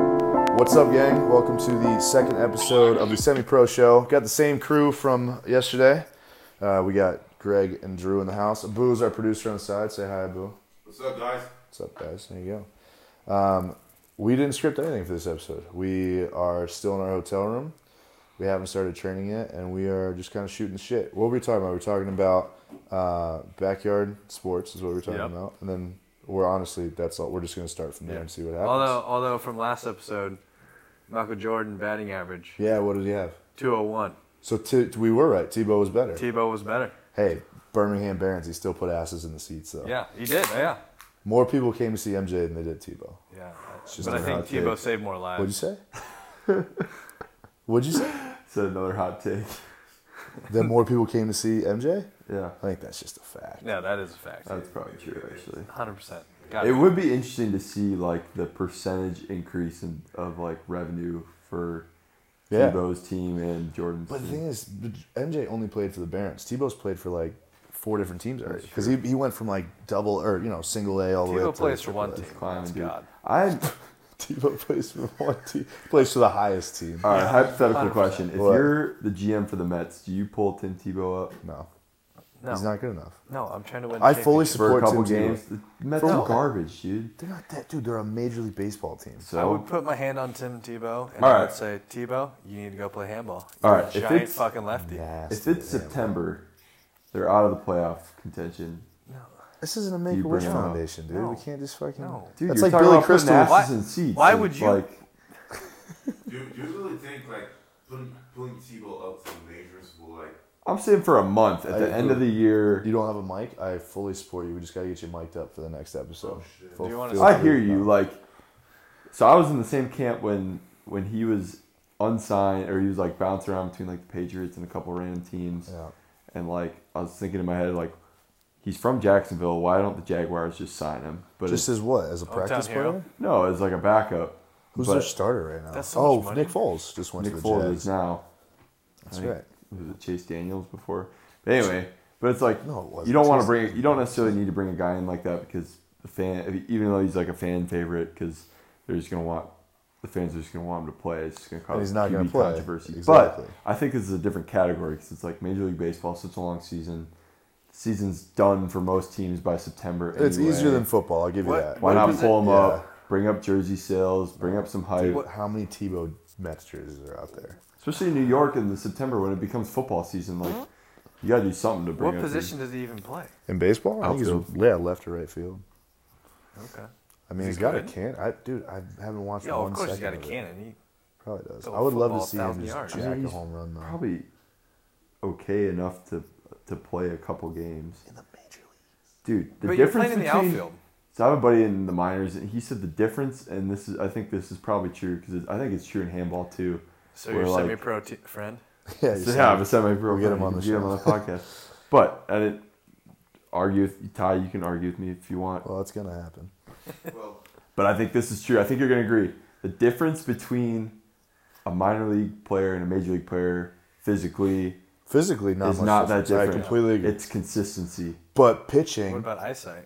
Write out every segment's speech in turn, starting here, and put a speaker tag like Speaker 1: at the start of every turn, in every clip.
Speaker 1: What's up, gang? Welcome to the second episode of the Semi Pro Show. Got the same crew from yesterday. Uh, we got Greg and Drew in the house. Abu's our producer on the side. Say hi, Abu.
Speaker 2: What's up, guys?
Speaker 1: What's up, guys? There you go. Um, we didn't script anything for this episode. We are still in our hotel room. We haven't started training yet, and we are just kind of shooting the shit. What were we talking about? We were talking about uh, backyard sports, is what we were talking
Speaker 3: Yep.
Speaker 1: about. And then we're honestly, that's all. We're just going to start from there and see what happens.
Speaker 3: Although, although from last episode, Michael Jordan batting average
Speaker 1: yeah, what did he have?
Speaker 3: 201.
Speaker 1: So t- we were right. Tebow was better.
Speaker 3: Tebow was better.
Speaker 1: hey, Birmingham Barons, he still put asses in the seats though.
Speaker 3: Yeah, he did. Yeah,
Speaker 1: More people came to see MJ than they did Tebow.
Speaker 3: yeah.
Speaker 1: just
Speaker 3: but I
Speaker 1: a
Speaker 3: think
Speaker 1: hot
Speaker 3: Tebow
Speaker 1: take.
Speaker 3: saved more
Speaker 1: What'd you
Speaker 3: lives.
Speaker 1: say? What'd you say?
Speaker 4: Said another hot take.
Speaker 1: That more people came to see MJ?
Speaker 4: Yeah,
Speaker 1: I think that's just a fact.
Speaker 3: Yeah, that is a fact.
Speaker 1: uh,
Speaker 4: that's probably true actually.
Speaker 3: 100%. Got
Speaker 4: It
Speaker 3: it.
Speaker 4: would be interesting to see like the percentage increase in, of like revenue for
Speaker 1: Yeah.
Speaker 4: Tebow's team and Jordan's
Speaker 1: But the
Speaker 4: team.
Speaker 1: thing is, MJ only played for the Barons. Tebow's played for like four different teams already
Speaker 4: That's
Speaker 1: because he, he went from like double or you know single A all the way
Speaker 3: Tebow
Speaker 1: up
Speaker 3: plays
Speaker 1: to
Speaker 3: for one
Speaker 1: AAA.
Speaker 3: team.
Speaker 4: It's climbing,
Speaker 3: That's
Speaker 4: dude.
Speaker 3: God.
Speaker 4: I
Speaker 1: Tebow plays for one team. Plays for the highest team.
Speaker 4: all right. hypothetical
Speaker 3: 100%.
Speaker 4: question: If
Speaker 1: What?
Speaker 4: you're the GM for the Mets, do you pull Tim Tebow up
Speaker 1: No,
Speaker 3: No,
Speaker 1: he's not good enough.
Speaker 3: no, I'm trying to win.
Speaker 1: I fully
Speaker 3: championships.
Speaker 4: for a
Speaker 1: Support
Speaker 4: couple
Speaker 1: Tim Tebow.
Speaker 4: games? The Mets
Speaker 1: For
Speaker 4: are
Speaker 1: what?
Speaker 4: garbage, dude.
Speaker 1: They're not that dude. They're a major league baseball team.
Speaker 4: So
Speaker 3: I would put my hand on Tim Tebow and
Speaker 4: All
Speaker 3: I
Speaker 4: right.
Speaker 3: would say, Tebow, you need to go play handball.
Speaker 4: All
Speaker 3: You're a
Speaker 4: right, if
Speaker 3: giant
Speaker 4: it's-
Speaker 3: fucking lefty.
Speaker 4: if
Speaker 1: Nasty,
Speaker 4: it's
Speaker 1: man.
Speaker 4: September, they're out of the playoff contention.
Speaker 1: This isn't a Make a Wish
Speaker 4: bring it up.
Speaker 1: Foundation, dude. We
Speaker 3: No.
Speaker 1: can't just fucking.
Speaker 3: No.
Speaker 4: Dude,
Speaker 1: That's
Speaker 4: you're
Speaker 1: like
Speaker 4: talking
Speaker 1: Billy
Speaker 4: about putting
Speaker 1: Crystal.
Speaker 4: asses
Speaker 3: Why-
Speaker 4: in seats.
Speaker 3: why
Speaker 4: It's
Speaker 3: would you-
Speaker 4: Like,
Speaker 2: Do you, do you really think like pulling, pulling Tebow up to the majors will like?
Speaker 4: I'm saying for a month at
Speaker 1: I
Speaker 4: the end
Speaker 1: agree.
Speaker 4: of the year.
Speaker 1: You don't have a mic? I fully support you. We just gotta get you mic'd up for the next episode.
Speaker 2: Oh, shit.
Speaker 1: Full-
Speaker 3: Do you wanna
Speaker 1: feel
Speaker 4: I
Speaker 1: free.
Speaker 4: hear you. Like, so I was in the same camp when when he was unsigned, or he was like bouncing around between like the Patriots and a couple random teams,
Speaker 1: Yeah.
Speaker 4: and like I was thinking in my head like, he's from Jacksonville. Why don't the Jaguars just sign him? But
Speaker 1: Just
Speaker 4: it's,
Speaker 1: as what?
Speaker 3: Oh,
Speaker 1: As a practice
Speaker 3: hero?
Speaker 1: player?
Speaker 4: no, it's like a backup.
Speaker 1: Who's
Speaker 4: But
Speaker 1: their starter right now?
Speaker 3: That's so
Speaker 1: oh,
Speaker 3: much money.
Speaker 1: Nick Foles just went
Speaker 4: Nick
Speaker 1: to the
Speaker 4: Foles
Speaker 1: Jazz.
Speaker 4: is now.
Speaker 1: That's
Speaker 4: I think-
Speaker 1: right.
Speaker 4: Was it Chase Daniels before? But anyway, but it's like
Speaker 1: No, it wasn't.
Speaker 4: you don't want
Speaker 1: Chase
Speaker 4: to bring you don't necessarily need to bring a guy in like that because the fan, even though he's like a fan favorite, because they're just gonna want the fans are just gonna want him to play. It's just gonna cause
Speaker 1: And he's not
Speaker 4: QB
Speaker 1: gonna play.
Speaker 4: controversy.
Speaker 1: Exactly.
Speaker 4: But I think this is a different category because it's like Major League Baseball, such a long season. The season's done for most teams by September.
Speaker 1: It's
Speaker 4: anyway.
Speaker 1: easier than football. I'll give you
Speaker 3: What-
Speaker 1: that.
Speaker 4: why
Speaker 3: what
Speaker 4: not
Speaker 3: was
Speaker 4: pull him
Speaker 1: it? Yeah.
Speaker 4: up, bring up jersey sales, bring up some hype,
Speaker 1: Dude, How many Tebow Mets jerseys are out there?
Speaker 4: especially in New York in the September when it becomes football season. Like you gotta do something to bring
Speaker 3: What
Speaker 4: up. your-
Speaker 3: position does he even play?
Speaker 1: In baseball, I think he's
Speaker 4: Outfield.
Speaker 1: yeah, left or right field.
Speaker 3: Okay.
Speaker 1: I mean, he's
Speaker 3: he
Speaker 1: got a
Speaker 3: good?
Speaker 1: can. I dude, I haven't watched
Speaker 3: Yo,
Speaker 1: one
Speaker 3: of course he's got a
Speaker 1: second of it.
Speaker 3: cannon. He,
Speaker 1: Probably does.
Speaker 3: Throw
Speaker 1: I would love to
Speaker 3: football
Speaker 1: see him
Speaker 3: 1,000
Speaker 1: just
Speaker 3: yards.
Speaker 4: I
Speaker 1: jack
Speaker 4: mean,
Speaker 1: a
Speaker 4: he's
Speaker 1: home run though.
Speaker 4: probably okay enough to to play a couple games.
Speaker 1: in the major league.
Speaker 4: Dude, the
Speaker 3: but you're
Speaker 4: difference
Speaker 3: playing in the
Speaker 4: between
Speaker 3: outfield.
Speaker 4: so I have a buddy in the minors, and he said the difference, and this is I think this is probably true because I think it's true in handball too.
Speaker 3: So you're
Speaker 4: where, like-
Speaker 3: semi-pro t- friend.
Speaker 1: Yeah, you're
Speaker 4: So, yeah, I
Speaker 1: saying-
Speaker 4: have a semi-pro.
Speaker 1: We'll get him
Speaker 4: friend,
Speaker 1: on the
Speaker 4: you can get him on the podcast. But I didn't argue with Ty. You can argue with me if you want.
Speaker 1: well, it's gonna happen.
Speaker 2: Well,
Speaker 4: But I think this is true. I think you're going to agree. The difference between a minor league player and a major league player physically
Speaker 1: Physically, not
Speaker 4: is
Speaker 1: much
Speaker 4: not
Speaker 1: difference.
Speaker 4: that different.
Speaker 1: I completely agree.
Speaker 4: It's consistency.
Speaker 1: but
Speaker 3: What
Speaker 1: pitching,
Speaker 3: about eyesight?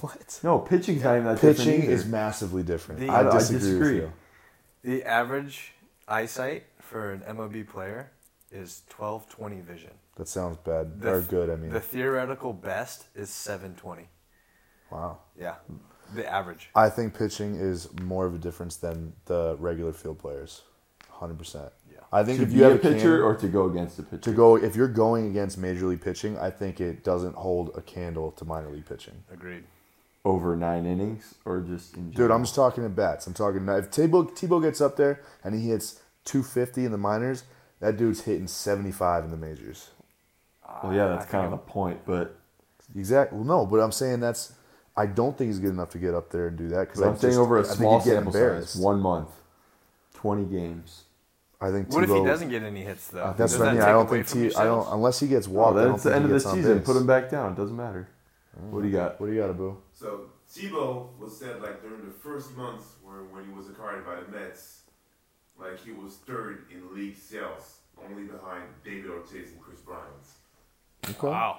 Speaker 1: what?
Speaker 4: No, pitching's not even that
Speaker 1: Pitching
Speaker 4: different.
Speaker 1: is
Speaker 4: either.
Speaker 1: massively different.
Speaker 3: The-
Speaker 1: I,
Speaker 3: I- I
Speaker 1: disagree. With
Speaker 4: disagree.
Speaker 1: you.
Speaker 3: The average eyesight for an MLB player is 1220 vision.
Speaker 1: That sounds bad
Speaker 3: The
Speaker 1: or
Speaker 3: th-
Speaker 1: good. I mean,
Speaker 3: The theoretical best is 720.
Speaker 1: wow.
Speaker 3: Yeah. The average.
Speaker 1: I think pitching is more of a difference than the regular field players. Hundred percent.
Speaker 3: Yeah.
Speaker 1: I think
Speaker 4: to
Speaker 1: if
Speaker 4: be
Speaker 1: you have
Speaker 4: a pitcher
Speaker 1: can-
Speaker 4: or to go against a
Speaker 1: to
Speaker 4: pitcher.
Speaker 1: go if you're going against major league pitching, I think it doesn't hold a candle to minor league pitching.
Speaker 3: Agreed.
Speaker 4: over nine innings or just in
Speaker 1: Dude,
Speaker 4: general?
Speaker 1: I'm just talking in bats. I'm talking if Tebow Tebow gets up there and he hits 250 in the minors, that dude's hitting 75 in the majors.
Speaker 4: Well, yeah, that's kind of the point, but
Speaker 1: Exactly. Well, no, but I'm saying that's. I don't think he's good enough to get up there and do that because
Speaker 4: but I'm saying over a small
Speaker 1: I think he'd get
Speaker 4: sample size,
Speaker 1: embarrassed.
Speaker 4: one month, twenty games.
Speaker 1: I think
Speaker 3: What if he
Speaker 1: Tebow-
Speaker 3: doesn't get any hits though?
Speaker 1: Uh, That's
Speaker 3: Does
Speaker 1: what I
Speaker 3: that
Speaker 1: mean. I
Speaker 3: take
Speaker 1: don't
Speaker 3: away
Speaker 1: think
Speaker 3: from
Speaker 1: T.
Speaker 3: your
Speaker 1: I don't
Speaker 3: sales?
Speaker 1: unless he gets
Speaker 4: Well,
Speaker 1: walked. I don't
Speaker 4: that's Oh, the
Speaker 1: think he
Speaker 4: end of the
Speaker 1: gets on
Speaker 4: season.
Speaker 1: base.
Speaker 4: Put him back down. It doesn't matter. What do you got?
Speaker 1: What do you got, Abu?
Speaker 2: so Tebow was said like during the first months when when he was acquired by the Mets, like he was third in league sales, only behind David Ortiz and Chris Bryant.
Speaker 1: Okay.
Speaker 3: Wow.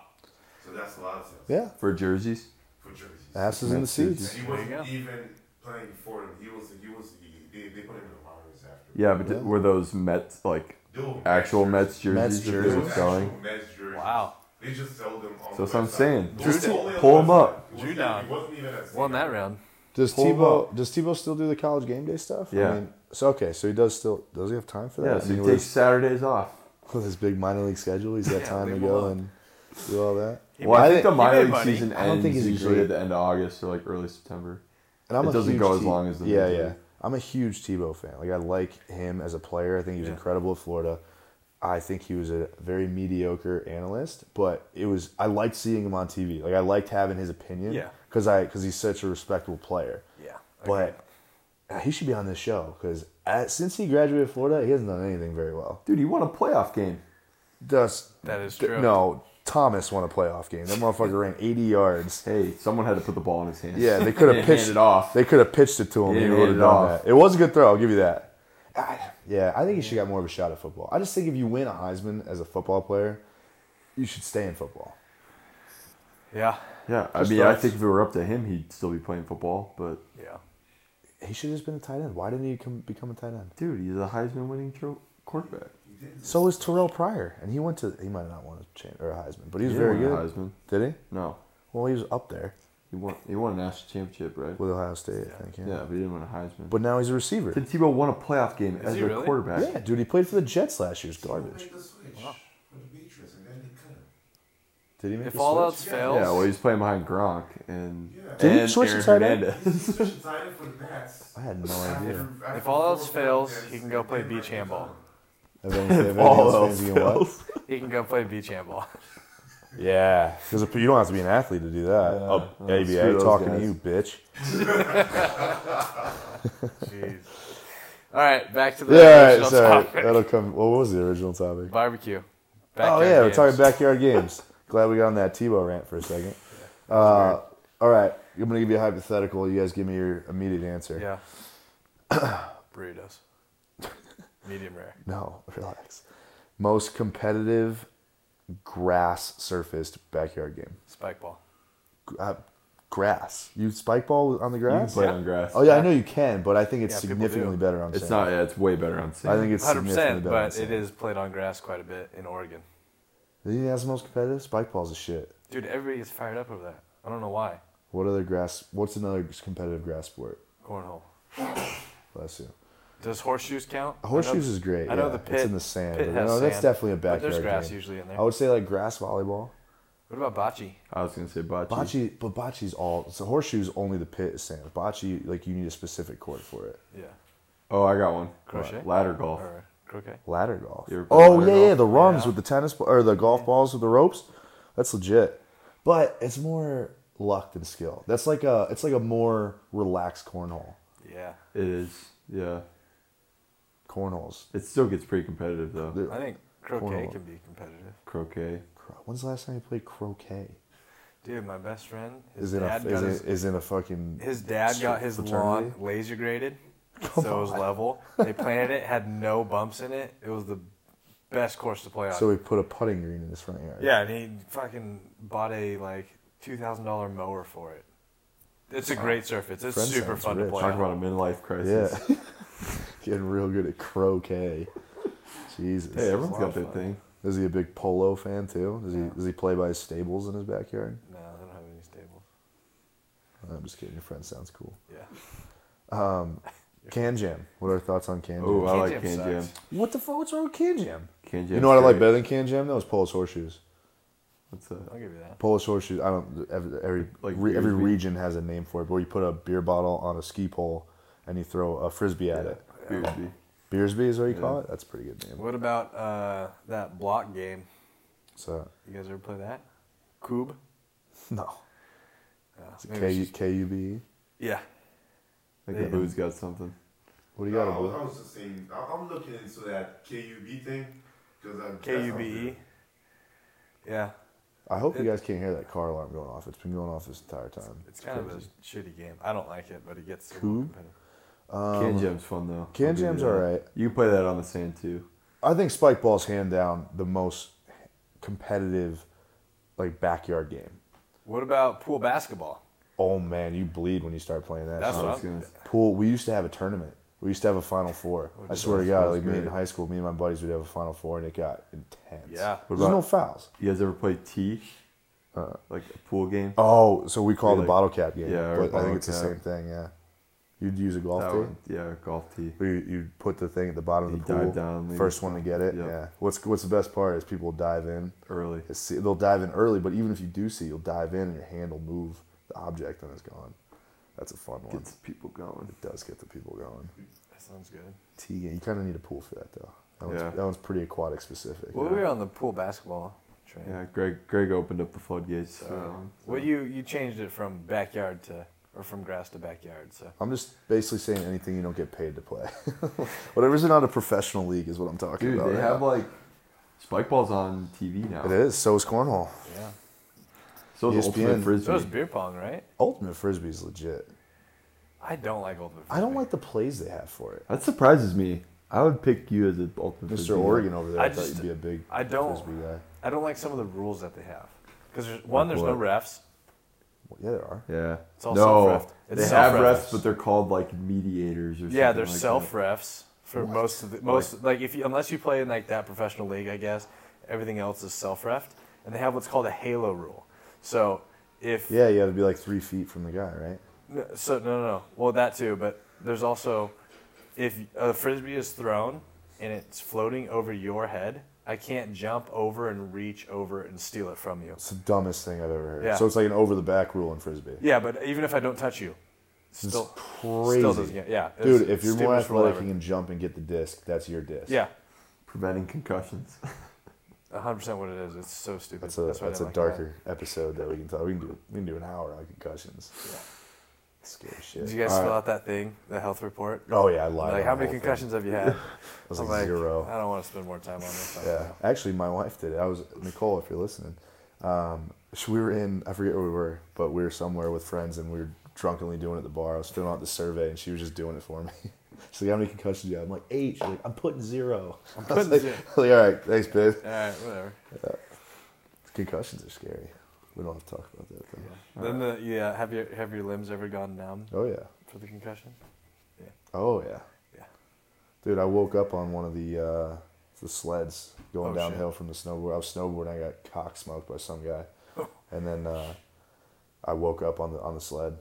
Speaker 2: So that's a lot of sales
Speaker 1: Yeah,
Speaker 4: For jerseys?
Speaker 2: for jerseys.
Speaker 1: asses in the
Speaker 4: That's easy.
Speaker 1: seats.
Speaker 2: He
Speaker 3: There you
Speaker 2: wasn't
Speaker 3: go.
Speaker 2: even playing for them. He was he was he, they, they put him in the minors after.
Speaker 4: Yeah, but
Speaker 1: Yeah.
Speaker 4: did, were those Mets like
Speaker 2: Dual
Speaker 4: actual Mets
Speaker 2: Mets
Speaker 4: jerseys
Speaker 1: Mets
Speaker 4: that
Speaker 2: jerseys.
Speaker 4: they
Speaker 1: jerseys.
Speaker 4: were
Speaker 2: Those
Speaker 4: selling?
Speaker 2: actual Mets jerseys.
Speaker 3: Wow.
Speaker 2: They just sell them on
Speaker 4: So
Speaker 2: the
Speaker 4: that's what I'm
Speaker 2: website.
Speaker 4: saying.
Speaker 2: It was
Speaker 3: Just
Speaker 2: only on
Speaker 4: pull
Speaker 2: the
Speaker 4: 'em
Speaker 2: website.
Speaker 4: up.
Speaker 2: It wasn't
Speaker 3: Drew
Speaker 2: even-
Speaker 3: down.
Speaker 2: It wasn't even at
Speaker 3: Won that round.
Speaker 1: Does
Speaker 4: Pull him
Speaker 1: Tebow does Tebow still do the college game day stuff?
Speaker 4: Yeah.
Speaker 1: I mean, so okay, so he does still does he have time for that?
Speaker 4: Yeah,
Speaker 1: I
Speaker 4: so
Speaker 1: mean,
Speaker 4: he
Speaker 1: with,
Speaker 4: takes Saturdays off.
Speaker 1: his, with his big minor league schedule, he's got
Speaker 3: Yeah,
Speaker 1: time to
Speaker 3: leave him
Speaker 1: go
Speaker 3: alone.
Speaker 1: and do all that.
Speaker 3: He
Speaker 4: well,
Speaker 1: made-
Speaker 4: I think the
Speaker 1: he
Speaker 4: minor
Speaker 3: made
Speaker 4: league
Speaker 3: money.
Speaker 4: season
Speaker 1: I don't
Speaker 4: ends
Speaker 1: think he's
Speaker 4: usually
Speaker 1: great.
Speaker 4: at the end of August or like early September.
Speaker 1: And I'm
Speaker 4: It
Speaker 1: a
Speaker 4: doesn't
Speaker 1: huge
Speaker 4: go as
Speaker 1: Te-
Speaker 4: long as the
Speaker 1: yeah,
Speaker 4: Major
Speaker 1: yeah.
Speaker 4: League.
Speaker 1: I'm a huge Tebow fan. Like I like him as a player. I think he was
Speaker 3: Yeah.
Speaker 1: incredible at Florida. I think he was a very mediocre analyst, but it was I liked seeing him on TV. Like I liked having his opinion.
Speaker 3: Yeah.
Speaker 1: Because I because he's such a respectable player.
Speaker 3: Yeah.
Speaker 1: But uh, he should be on this show because since he graduated Florida, he hasn't done anything very well.
Speaker 4: Dude, he won a playoff game.
Speaker 1: That's
Speaker 3: That is
Speaker 1: th-
Speaker 3: true.
Speaker 1: No, Thomas won a playoff game. That motherfucker ran 80 yards.
Speaker 4: Hey, someone had to put the ball in his hands.
Speaker 1: Yeah, they could
Speaker 4: Hand
Speaker 1: have pitched
Speaker 4: it off.
Speaker 1: They could have pitched it to him. He
Speaker 4: He didn't
Speaker 1: would
Speaker 4: hand
Speaker 1: have
Speaker 4: it
Speaker 1: done
Speaker 4: off.
Speaker 1: that. It was a good throw. I'll give you that. I, yeah, I think he should got more of a shot at football. I just think if you win a Heisman as a football player, you should stay in football.
Speaker 3: Yeah.
Speaker 4: Yeah, I
Speaker 1: Just
Speaker 4: mean, I
Speaker 1: thoughts.
Speaker 4: think if it were up to him, he'd still be playing football. But
Speaker 3: Yeah.
Speaker 1: He should have just been a tight end. Why didn't he come, become a tight end?
Speaker 4: dude, he's a Heisman-winning tro- quarterback.
Speaker 1: So is Terrell Pryor, and he went to. He might not want a chain or a Heisman, but he was
Speaker 4: He
Speaker 1: very
Speaker 4: didn't
Speaker 1: good.
Speaker 4: win a Heisman.
Speaker 1: Did he?
Speaker 4: No,
Speaker 1: Well, he was up there.
Speaker 4: he won. He won a national championship, right?
Speaker 1: with Ohio State, I think. Yeah.
Speaker 4: yeah. but he didn't win a Heisman.
Speaker 1: But now he's a receiver.
Speaker 4: Tim Tebow won a playoff game as
Speaker 3: he
Speaker 4: a
Speaker 3: really?
Speaker 4: quarterback.
Speaker 1: yeah, dude, he played for the Jets last year's
Speaker 2: He
Speaker 1: garbage.
Speaker 2: made the switch for the Patriots, and then they cut him.
Speaker 1: Did he make
Speaker 3: If
Speaker 1: the
Speaker 3: all
Speaker 1: switch?
Speaker 3: else fails,
Speaker 4: Yeah, well, he's playing behind Gronk and
Speaker 2: Yeah.
Speaker 1: Did he
Speaker 4: and
Speaker 1: switch to
Speaker 4: Aaron
Speaker 1: tight end?
Speaker 4: Hernandez.
Speaker 2: He's switched designer for the Pats.
Speaker 1: I had no
Speaker 2: After-
Speaker 1: idea.
Speaker 2: after
Speaker 3: If all
Speaker 2: four
Speaker 3: else fails,
Speaker 2: times,
Speaker 3: he can go play
Speaker 2: they
Speaker 3: beach
Speaker 2: might be
Speaker 3: handball.
Speaker 2: done.
Speaker 1: If anything- if anything
Speaker 4: All
Speaker 1: else
Speaker 4: else
Speaker 1: fails, you can what?
Speaker 4: fails.
Speaker 3: he can go play beach handball.
Speaker 1: Yeah, because you don't have to be an athlete to do that.
Speaker 4: Yeah.
Speaker 1: Oh,
Speaker 4: Oh, screw
Speaker 1: ABA
Speaker 4: those
Speaker 1: talking
Speaker 4: guys.
Speaker 1: to you, bitch.
Speaker 3: Jeez. All right, back to the
Speaker 1: Yeah, all
Speaker 3: original
Speaker 1: right, sorry.
Speaker 3: topic.
Speaker 1: That'll come. Well, what was the original topic?
Speaker 3: Barbecue.
Speaker 1: oh
Speaker 3: Backyard
Speaker 1: yeah,
Speaker 3: games.
Speaker 1: we're talking backyard games. Glad we got on that Tebow rant for a second. Uh, all right, I'm gonna give you a hypothetical. You guys give me your immediate answer.
Speaker 3: Yeah. Burritos. Medium rare.
Speaker 1: No, relax. Most competitive grass surfaced backyard game.
Speaker 3: Spike ball.
Speaker 1: Gr- Uh, grass. You spike ball on the
Speaker 4: You can
Speaker 1: grass?
Speaker 4: play on grass.
Speaker 1: Oh yeah, I know you can, but I think it's
Speaker 3: Yeah, people
Speaker 1: significantly
Speaker 3: do.
Speaker 1: better on sand.
Speaker 4: It's not. Yeah, it's way better on sand.
Speaker 1: I think it's
Speaker 3: 100%,
Speaker 1: significantly better. on
Speaker 3: but
Speaker 1: sand.
Speaker 3: it is played on grass quite a bit in Oregon.
Speaker 1: Do you think that's the most competitive? Spike ball's a shit.
Speaker 3: Dude, everybody gets fired up over that. I don't know why.
Speaker 1: What other grass? What's another competitive grass sport?
Speaker 3: Cornhole.
Speaker 1: Bless you.
Speaker 3: Does horseshoes count? I know-
Speaker 1: Horseshoes is great.
Speaker 3: I know
Speaker 1: yeah.
Speaker 3: the pit.
Speaker 1: It's in the sand.
Speaker 3: pit
Speaker 1: but
Speaker 3: has
Speaker 1: no, that's
Speaker 3: sand,
Speaker 1: definitely a
Speaker 3: but
Speaker 1: backyard
Speaker 3: there's grass
Speaker 1: game.
Speaker 3: usually in there.
Speaker 1: I would say like grass volleyball.
Speaker 3: What about bocce?
Speaker 4: I was gonna say bocce.
Speaker 1: Bocce, but bocce's all. So horseshoes only the pit is sand. Bocce, like you need a specific court for it.
Speaker 3: Yeah.
Speaker 4: Oh, I got one.
Speaker 3: Crochet?
Speaker 4: Ladder golf.
Speaker 3: Or croquet?
Speaker 1: Ladder golf.
Speaker 4: You ever play
Speaker 1: Oh
Speaker 4: ladder
Speaker 1: yeah,
Speaker 4: golf?
Speaker 1: yeah, the runs
Speaker 3: Yeah.
Speaker 1: with the tennis ball or the golf balls with the ropes. That's legit, but it's more luck than skill. That's like a it's like a more relaxed cornhole.
Speaker 3: Yeah.
Speaker 4: It is. Yeah.
Speaker 1: Cornholes.
Speaker 4: It still gets pretty competitive though.
Speaker 1: The-
Speaker 3: I think croquet
Speaker 1: Cornhole.
Speaker 3: can be competitive.
Speaker 4: Croquet.
Speaker 1: cro- When's the last time you played croquet?
Speaker 3: Dude, my best friend, his
Speaker 1: Is in a
Speaker 3: dad got
Speaker 1: is
Speaker 3: his
Speaker 1: in, is in a fucking
Speaker 3: His dad got his lawn
Speaker 1: Fraternity?
Speaker 3: laser graded, so it was level. They planted it, had no bumps in it. It was the best course to play on.
Speaker 1: So he put a putting green in his front yard.
Speaker 3: yeah, and he fucking bought a like two thousand dollar mower for it. It's a great surface. It's
Speaker 1: Friend
Speaker 3: super
Speaker 1: sounds
Speaker 3: fun to
Speaker 1: rich.
Speaker 3: play.
Speaker 4: Talk
Speaker 3: on.
Speaker 4: about a midlife crisis.
Speaker 1: Yeah. Getting real good at croquet. Jesus.
Speaker 4: Hey, everyone's
Speaker 3: lot
Speaker 4: got
Speaker 3: of
Speaker 4: their
Speaker 3: fun.
Speaker 4: thing.
Speaker 1: Is he a big polo fan too? Does he
Speaker 3: Yeah.
Speaker 1: does he play by his stables in his backyard?
Speaker 3: No, I don't have any stables.
Speaker 1: I'm just kidding. Your friend sounds cool.
Speaker 3: Yeah,
Speaker 1: Can jam. What are our thoughts on can jam?
Speaker 4: Oh, I
Speaker 3: Can
Speaker 4: like
Speaker 3: jam
Speaker 4: can jam.
Speaker 3: sucks.
Speaker 1: What the fuck? What's wrong with can jam?
Speaker 4: Can jam.
Speaker 1: You know what I like better than can jam? Those Polish horseshoes.
Speaker 4: What's that?
Speaker 3: I'll give you that.
Speaker 1: Polish horseshoes. I don't. Every every,
Speaker 4: Like
Speaker 1: re, every
Speaker 4: Frisbee?
Speaker 1: region has a name for it. But where you put a beer bottle on a ski pole and you throw a frisbee at it.
Speaker 4: Beersby.
Speaker 1: Beersby is what you call
Speaker 4: Yeah.
Speaker 1: it. That's a pretty good name.
Speaker 3: What about uh, that block game?
Speaker 1: So
Speaker 3: You guys ever play that? Cube.
Speaker 1: no.
Speaker 3: Uh,
Speaker 1: It's a
Speaker 3: maybe it's
Speaker 1: K- E?
Speaker 3: just-
Speaker 1: KUB.
Speaker 3: yeah,
Speaker 4: I think the boo's got something.
Speaker 1: What do you got,
Speaker 2: I, was- I
Speaker 1: Blue?
Speaker 2: was just saying, I- I'm looking into that KUB thing. 'cause I- that sounds
Speaker 1: E.
Speaker 3: KUBE.
Speaker 2: good.
Speaker 3: E. Yeah,
Speaker 1: I hope you guys can't hear that car alarm going off. It's been going off this entire time.
Speaker 3: it's kind of a shitty game. I don't like it, but it gets a little
Speaker 1: Cube?
Speaker 3: competitive.
Speaker 4: can jam's fun though.
Speaker 1: can
Speaker 4: I'll give you
Speaker 1: jam's
Speaker 4: that.
Speaker 1: Um, alright.
Speaker 4: You can play that on the sand too.
Speaker 1: I think spike ball's hand down the most competitive, like backyard game.
Speaker 3: What about pool basketball?
Speaker 1: Oh man, you bleed when you start playing that.
Speaker 3: That's
Speaker 1: shit.
Speaker 3: what
Speaker 4: I
Speaker 3: I'm
Speaker 4: was gonna-
Speaker 1: Pool. We used to have a tournament We used to have a Final Four.
Speaker 3: Oh,
Speaker 1: I
Speaker 3: dude,
Speaker 1: swear to
Speaker 4: that
Speaker 1: God,
Speaker 4: sounds
Speaker 1: like me in
Speaker 4: great.
Speaker 1: high school, me and my buddies would have a Final Four, and it got intense.
Speaker 3: Yeah.
Speaker 1: there's
Speaker 4: What about-
Speaker 1: no fouls.
Speaker 4: You guys ever play T? like a pool game?
Speaker 1: Uh, Oh, so we call it
Speaker 4: Really?
Speaker 1: the bottle cap game.
Speaker 4: Yeah, or
Speaker 1: but I
Speaker 4: bottle
Speaker 1: think it's the
Speaker 4: cap.
Speaker 1: same thing. Yeah, you'd use a golf
Speaker 4: That
Speaker 1: tee.
Speaker 4: one, Yeah, golf tee.
Speaker 1: You you put the thing at the bottom
Speaker 4: You
Speaker 1: of the pool.
Speaker 4: dive down, leave
Speaker 1: first
Speaker 4: it
Speaker 1: one to get it.
Speaker 4: Yep.
Speaker 1: Yeah. What's what's the best part is people dive in.
Speaker 4: Early.
Speaker 1: They See, they'll dive in early, but even if you do see, you'll dive in and your hand will move the object and it's gone. That's a fun one.
Speaker 4: Gets people going.
Speaker 1: It does get the people going.
Speaker 3: That sounds good.
Speaker 1: T game. You kind of need a pool for that though. That one's,
Speaker 4: Yeah.
Speaker 1: that one's pretty aquatic specific.
Speaker 3: Well, we were on the pool basketball train.
Speaker 4: Yeah, Greg Greg opened up the floodgates. Um, for that one.
Speaker 3: Well, you you changed it from backyard to or from grass to backyard. So
Speaker 1: I'm just basically saying anything you don't get paid to play. Whatever's not a professional league is what I'm talking
Speaker 4: Dude,
Speaker 1: about.
Speaker 4: they
Speaker 1: right
Speaker 4: have
Speaker 1: now.
Speaker 4: like spike balls on TV now.
Speaker 1: it is. E So is cornhole.
Speaker 3: yeah,
Speaker 4: So is
Speaker 1: ESPN.
Speaker 4: ultimate frisbee.
Speaker 3: so it was beer pong, right?
Speaker 1: Ultimate frisbee is legit.
Speaker 3: I don't like ultimate.
Speaker 1: I don't
Speaker 3: Frisbee.
Speaker 1: like the plays they have for it.
Speaker 4: that surprises me. I would pick you as an ultimate frisbee.
Speaker 1: Mr. Oregon over there, I,
Speaker 3: I
Speaker 1: thought
Speaker 3: just-
Speaker 1: you'd be a big
Speaker 3: I don't-
Speaker 1: frisbee guy.
Speaker 3: I don't like some of the rules that they have because there's one, there's no
Speaker 4: what?
Speaker 3: refs.
Speaker 1: Well, yeah, there are.
Speaker 4: Yeah.
Speaker 3: It's all
Speaker 4: no,
Speaker 3: self-refed. It's
Speaker 4: they have
Speaker 3: self-refed.
Speaker 4: refs, but they're called like mediators or something.
Speaker 3: Yeah, they're
Speaker 4: like
Speaker 3: self
Speaker 4: that.
Speaker 3: refs for most of the most like if you, unless you play in like that professional league, I guess everything else is self refed, and they have what's called a halo rule. So if
Speaker 1: Yeah, you have to be like three feet from the guy, right?
Speaker 3: No, So no, no, no. Well, that too, but there's also if a frisbee is thrown and it's floating over your head, I can't jump over and reach over and steal it from you.
Speaker 1: It's the dumbest thing I've ever heard.
Speaker 3: Yeah.
Speaker 1: So it's like an over the back rule in frisbee.
Speaker 3: Yeah, but even if I don't touch you, still
Speaker 1: Crazy.
Speaker 3: still doesn't get yeah. it's
Speaker 1: Dude, if you're more
Speaker 3: stupidest rule
Speaker 1: athletic,
Speaker 3: ever.
Speaker 1: you can jump and get the disc. That's your disc.
Speaker 3: yeah,
Speaker 4: preventing concussions.
Speaker 3: hundred percent what it is. It's so stupid.
Speaker 1: That's a that's,
Speaker 3: why I
Speaker 1: a
Speaker 3: didn't like it.
Speaker 1: darker episode that we can talk. We can do we can do an hour on concussions.
Speaker 3: Yeah.
Speaker 1: Scary shit.
Speaker 3: Did you guys
Speaker 1: All
Speaker 3: fill
Speaker 1: right.
Speaker 3: out that thing, the health report?
Speaker 1: Oh yeah, I lied. on
Speaker 3: Like how
Speaker 1: the
Speaker 3: many
Speaker 1: whole thing.
Speaker 3: concussions have you had?
Speaker 1: It was
Speaker 3: I'm
Speaker 1: like,
Speaker 3: like, uh,
Speaker 1: zero.
Speaker 3: I don't want to spend more time on this.
Speaker 1: Yeah, actually, my wife did it. I was Nicole, if you're listening. Um, sh- we were in I forget where we were, but we were somewhere with friends and we were drunkenly doing it at the bar. I was filling out the survey and she was just doing it for me. She's like, "How many concussions do you have?" I'm like, eight. She's like, "I'm putting zero. I'm
Speaker 3: putting
Speaker 1: like,
Speaker 3: zero.
Speaker 1: I was like, all right, thanks, babe.
Speaker 3: All right, whatever.
Speaker 1: Concussions are scary. We don't have to talk about that. Though.
Speaker 3: Then the yeah, have your have your limbs ever gone numb
Speaker 1: Oh yeah.
Speaker 3: for the concussion?
Speaker 1: Oh yeah.
Speaker 3: Yeah.
Speaker 1: Dude, I woke up on one of the uh, the sleds going
Speaker 3: Oh, shit.
Speaker 1: downhill from the snowboard. I was snowboarding. I got cock smoked by some guy,
Speaker 3: Oh.
Speaker 1: and then uh, I woke up on the on the sled.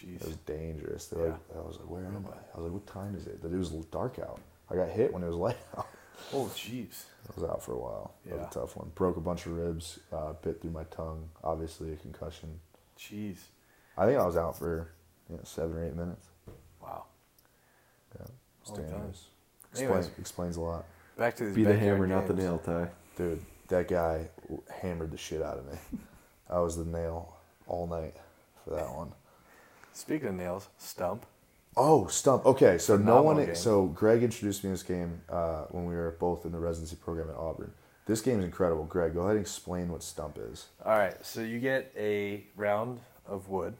Speaker 1: It was
Speaker 3: Jeez.
Speaker 1: dangerous. They're like, I was like, where am I? I was like, what time is it? It was dark out. I got hit when it was light out.
Speaker 3: Oh jeez.
Speaker 1: I was out for a while. That
Speaker 3: Yeah.
Speaker 1: was a tough one. Broke a bunch of ribs. Uh, bit through my tongue. Obviously a concussion.
Speaker 3: Jeez.
Speaker 1: I think I was out for you know, seven or eight minutes.
Speaker 3: Wow.
Speaker 1: Yeah, it's
Speaker 3: Long time.
Speaker 1: dangerous.
Speaker 3: Anyways.
Speaker 1: Explains, explains a lot.
Speaker 3: Back to these
Speaker 4: Be the
Speaker 3: backyard
Speaker 4: hammer, not the
Speaker 3: games.
Speaker 4: nail, Ty.
Speaker 1: Dude, that guy w- hammered the shit out of me. I was the nail all night for that one.
Speaker 3: Speaking of nails, stump.
Speaker 1: Oh, stump. Okay, so no
Speaker 3: Phenomenal
Speaker 1: one.
Speaker 3: game.
Speaker 1: So Greg introduced me to this game uh, when we were both in the residency program at Auburn. This game is incredible. Greg, go ahead and explain what stump is.
Speaker 3: All right, so you get a round of wood,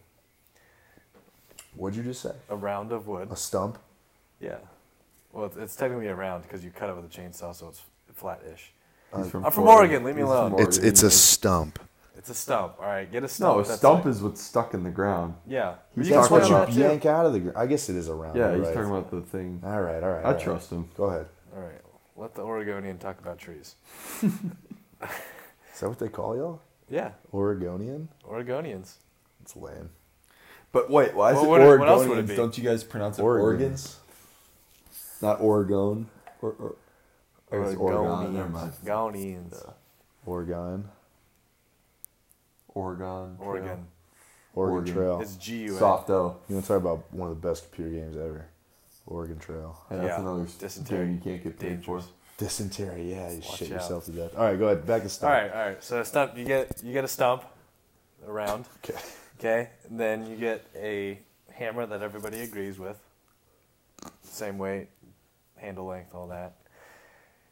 Speaker 1: What'd you just say?
Speaker 3: a round of wood.
Speaker 1: A stump?
Speaker 3: Yeah. Well, it's- it's technically a round because you cut it with a chainsaw, so it's flat-ish.
Speaker 1: Uh,
Speaker 4: He's
Speaker 3: I'm from
Speaker 4: Florida.
Speaker 3: Oregon, leave me
Speaker 4: He's
Speaker 3: alone.
Speaker 4: from Oregon.
Speaker 1: stump.
Speaker 3: It's a stump. All right, get a stump.
Speaker 4: no. A
Speaker 3: that's
Speaker 4: stump
Speaker 3: like-
Speaker 4: is what's stuck in the ground.
Speaker 3: Yeah.
Speaker 4: He's
Speaker 3: can
Speaker 1: That's
Speaker 3: play
Speaker 1: what
Speaker 4: talking
Speaker 3: on
Speaker 1: you
Speaker 4: about-
Speaker 3: that too.
Speaker 1: yank out of the. gr- I guess it is a round.
Speaker 4: Yeah,
Speaker 1: Oh, you're
Speaker 4: he's
Speaker 1: right.
Speaker 4: talking about the thing.
Speaker 1: All right, all right. all
Speaker 4: I
Speaker 1: right.
Speaker 4: trust him.
Speaker 1: Go ahead.
Speaker 3: All right, let the Oregonian talk about trees.
Speaker 1: Is that what they call y'all?
Speaker 3: Yeah,
Speaker 1: Oregonian?
Speaker 3: Oregonians.
Speaker 1: It's lame.
Speaker 4: But wait, why
Speaker 3: is Well, it what- what else would it Oregonians? be? Don't
Speaker 4: you guys pronounce
Speaker 1: Oregons.
Speaker 4: Not Oregon. Or, or,
Speaker 3: Oregonians. Oregonians.
Speaker 1: Oregon.
Speaker 4: Oregon.
Speaker 3: Oregon.
Speaker 1: Oregon,
Speaker 4: Oregon.
Speaker 1: Trail.
Speaker 3: It's G U N.
Speaker 4: Soft O.
Speaker 1: You want to talk about one of the best computer games ever? Oregon Trail.
Speaker 4: Hey, that's
Speaker 3: Yeah,
Speaker 4: another
Speaker 3: dysentery.
Speaker 4: dysentery. game you can't get paid
Speaker 3: Dangerous.
Speaker 4: for.
Speaker 1: Dysentery. Yeah, you
Speaker 3: Watch
Speaker 1: shit
Speaker 3: out.
Speaker 1: yourself to death. All right, go ahead. Back to
Speaker 3: All
Speaker 1: stump.
Speaker 3: right, all right. So a stump, you get you get a stump, a round,
Speaker 1: Okay.
Speaker 3: okay? And then you get a hammer that everybody agrees with. Same weight, handle length, all that.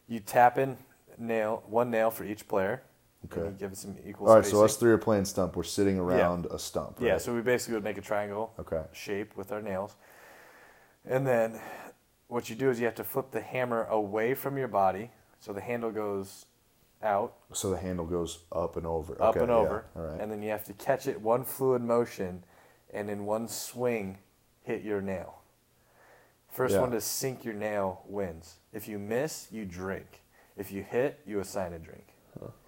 Speaker 3: You tap in nail one nail for each player. And
Speaker 1: Okay.
Speaker 3: you give it some equal
Speaker 1: All right,
Speaker 3: spacing.
Speaker 1: so us three are playing stump. We're sitting around a stump.
Speaker 3: Yeah,
Speaker 1: right?
Speaker 3: so we basically would make a triangle
Speaker 1: Okay.
Speaker 3: shape with our nails. And then what you do is you have to flip the hammer away from your body. So the handle goes out,
Speaker 1: So the handle goes up and over.
Speaker 3: up
Speaker 1: Okay,
Speaker 3: and
Speaker 1: yeah,
Speaker 3: over.
Speaker 1: All right.
Speaker 3: And then you have to catch it one fluid motion and in one swing hit your nail. First
Speaker 1: Yeah.
Speaker 3: one to sink your nail wins. If you miss, you drink. If you hit, you assign a drink.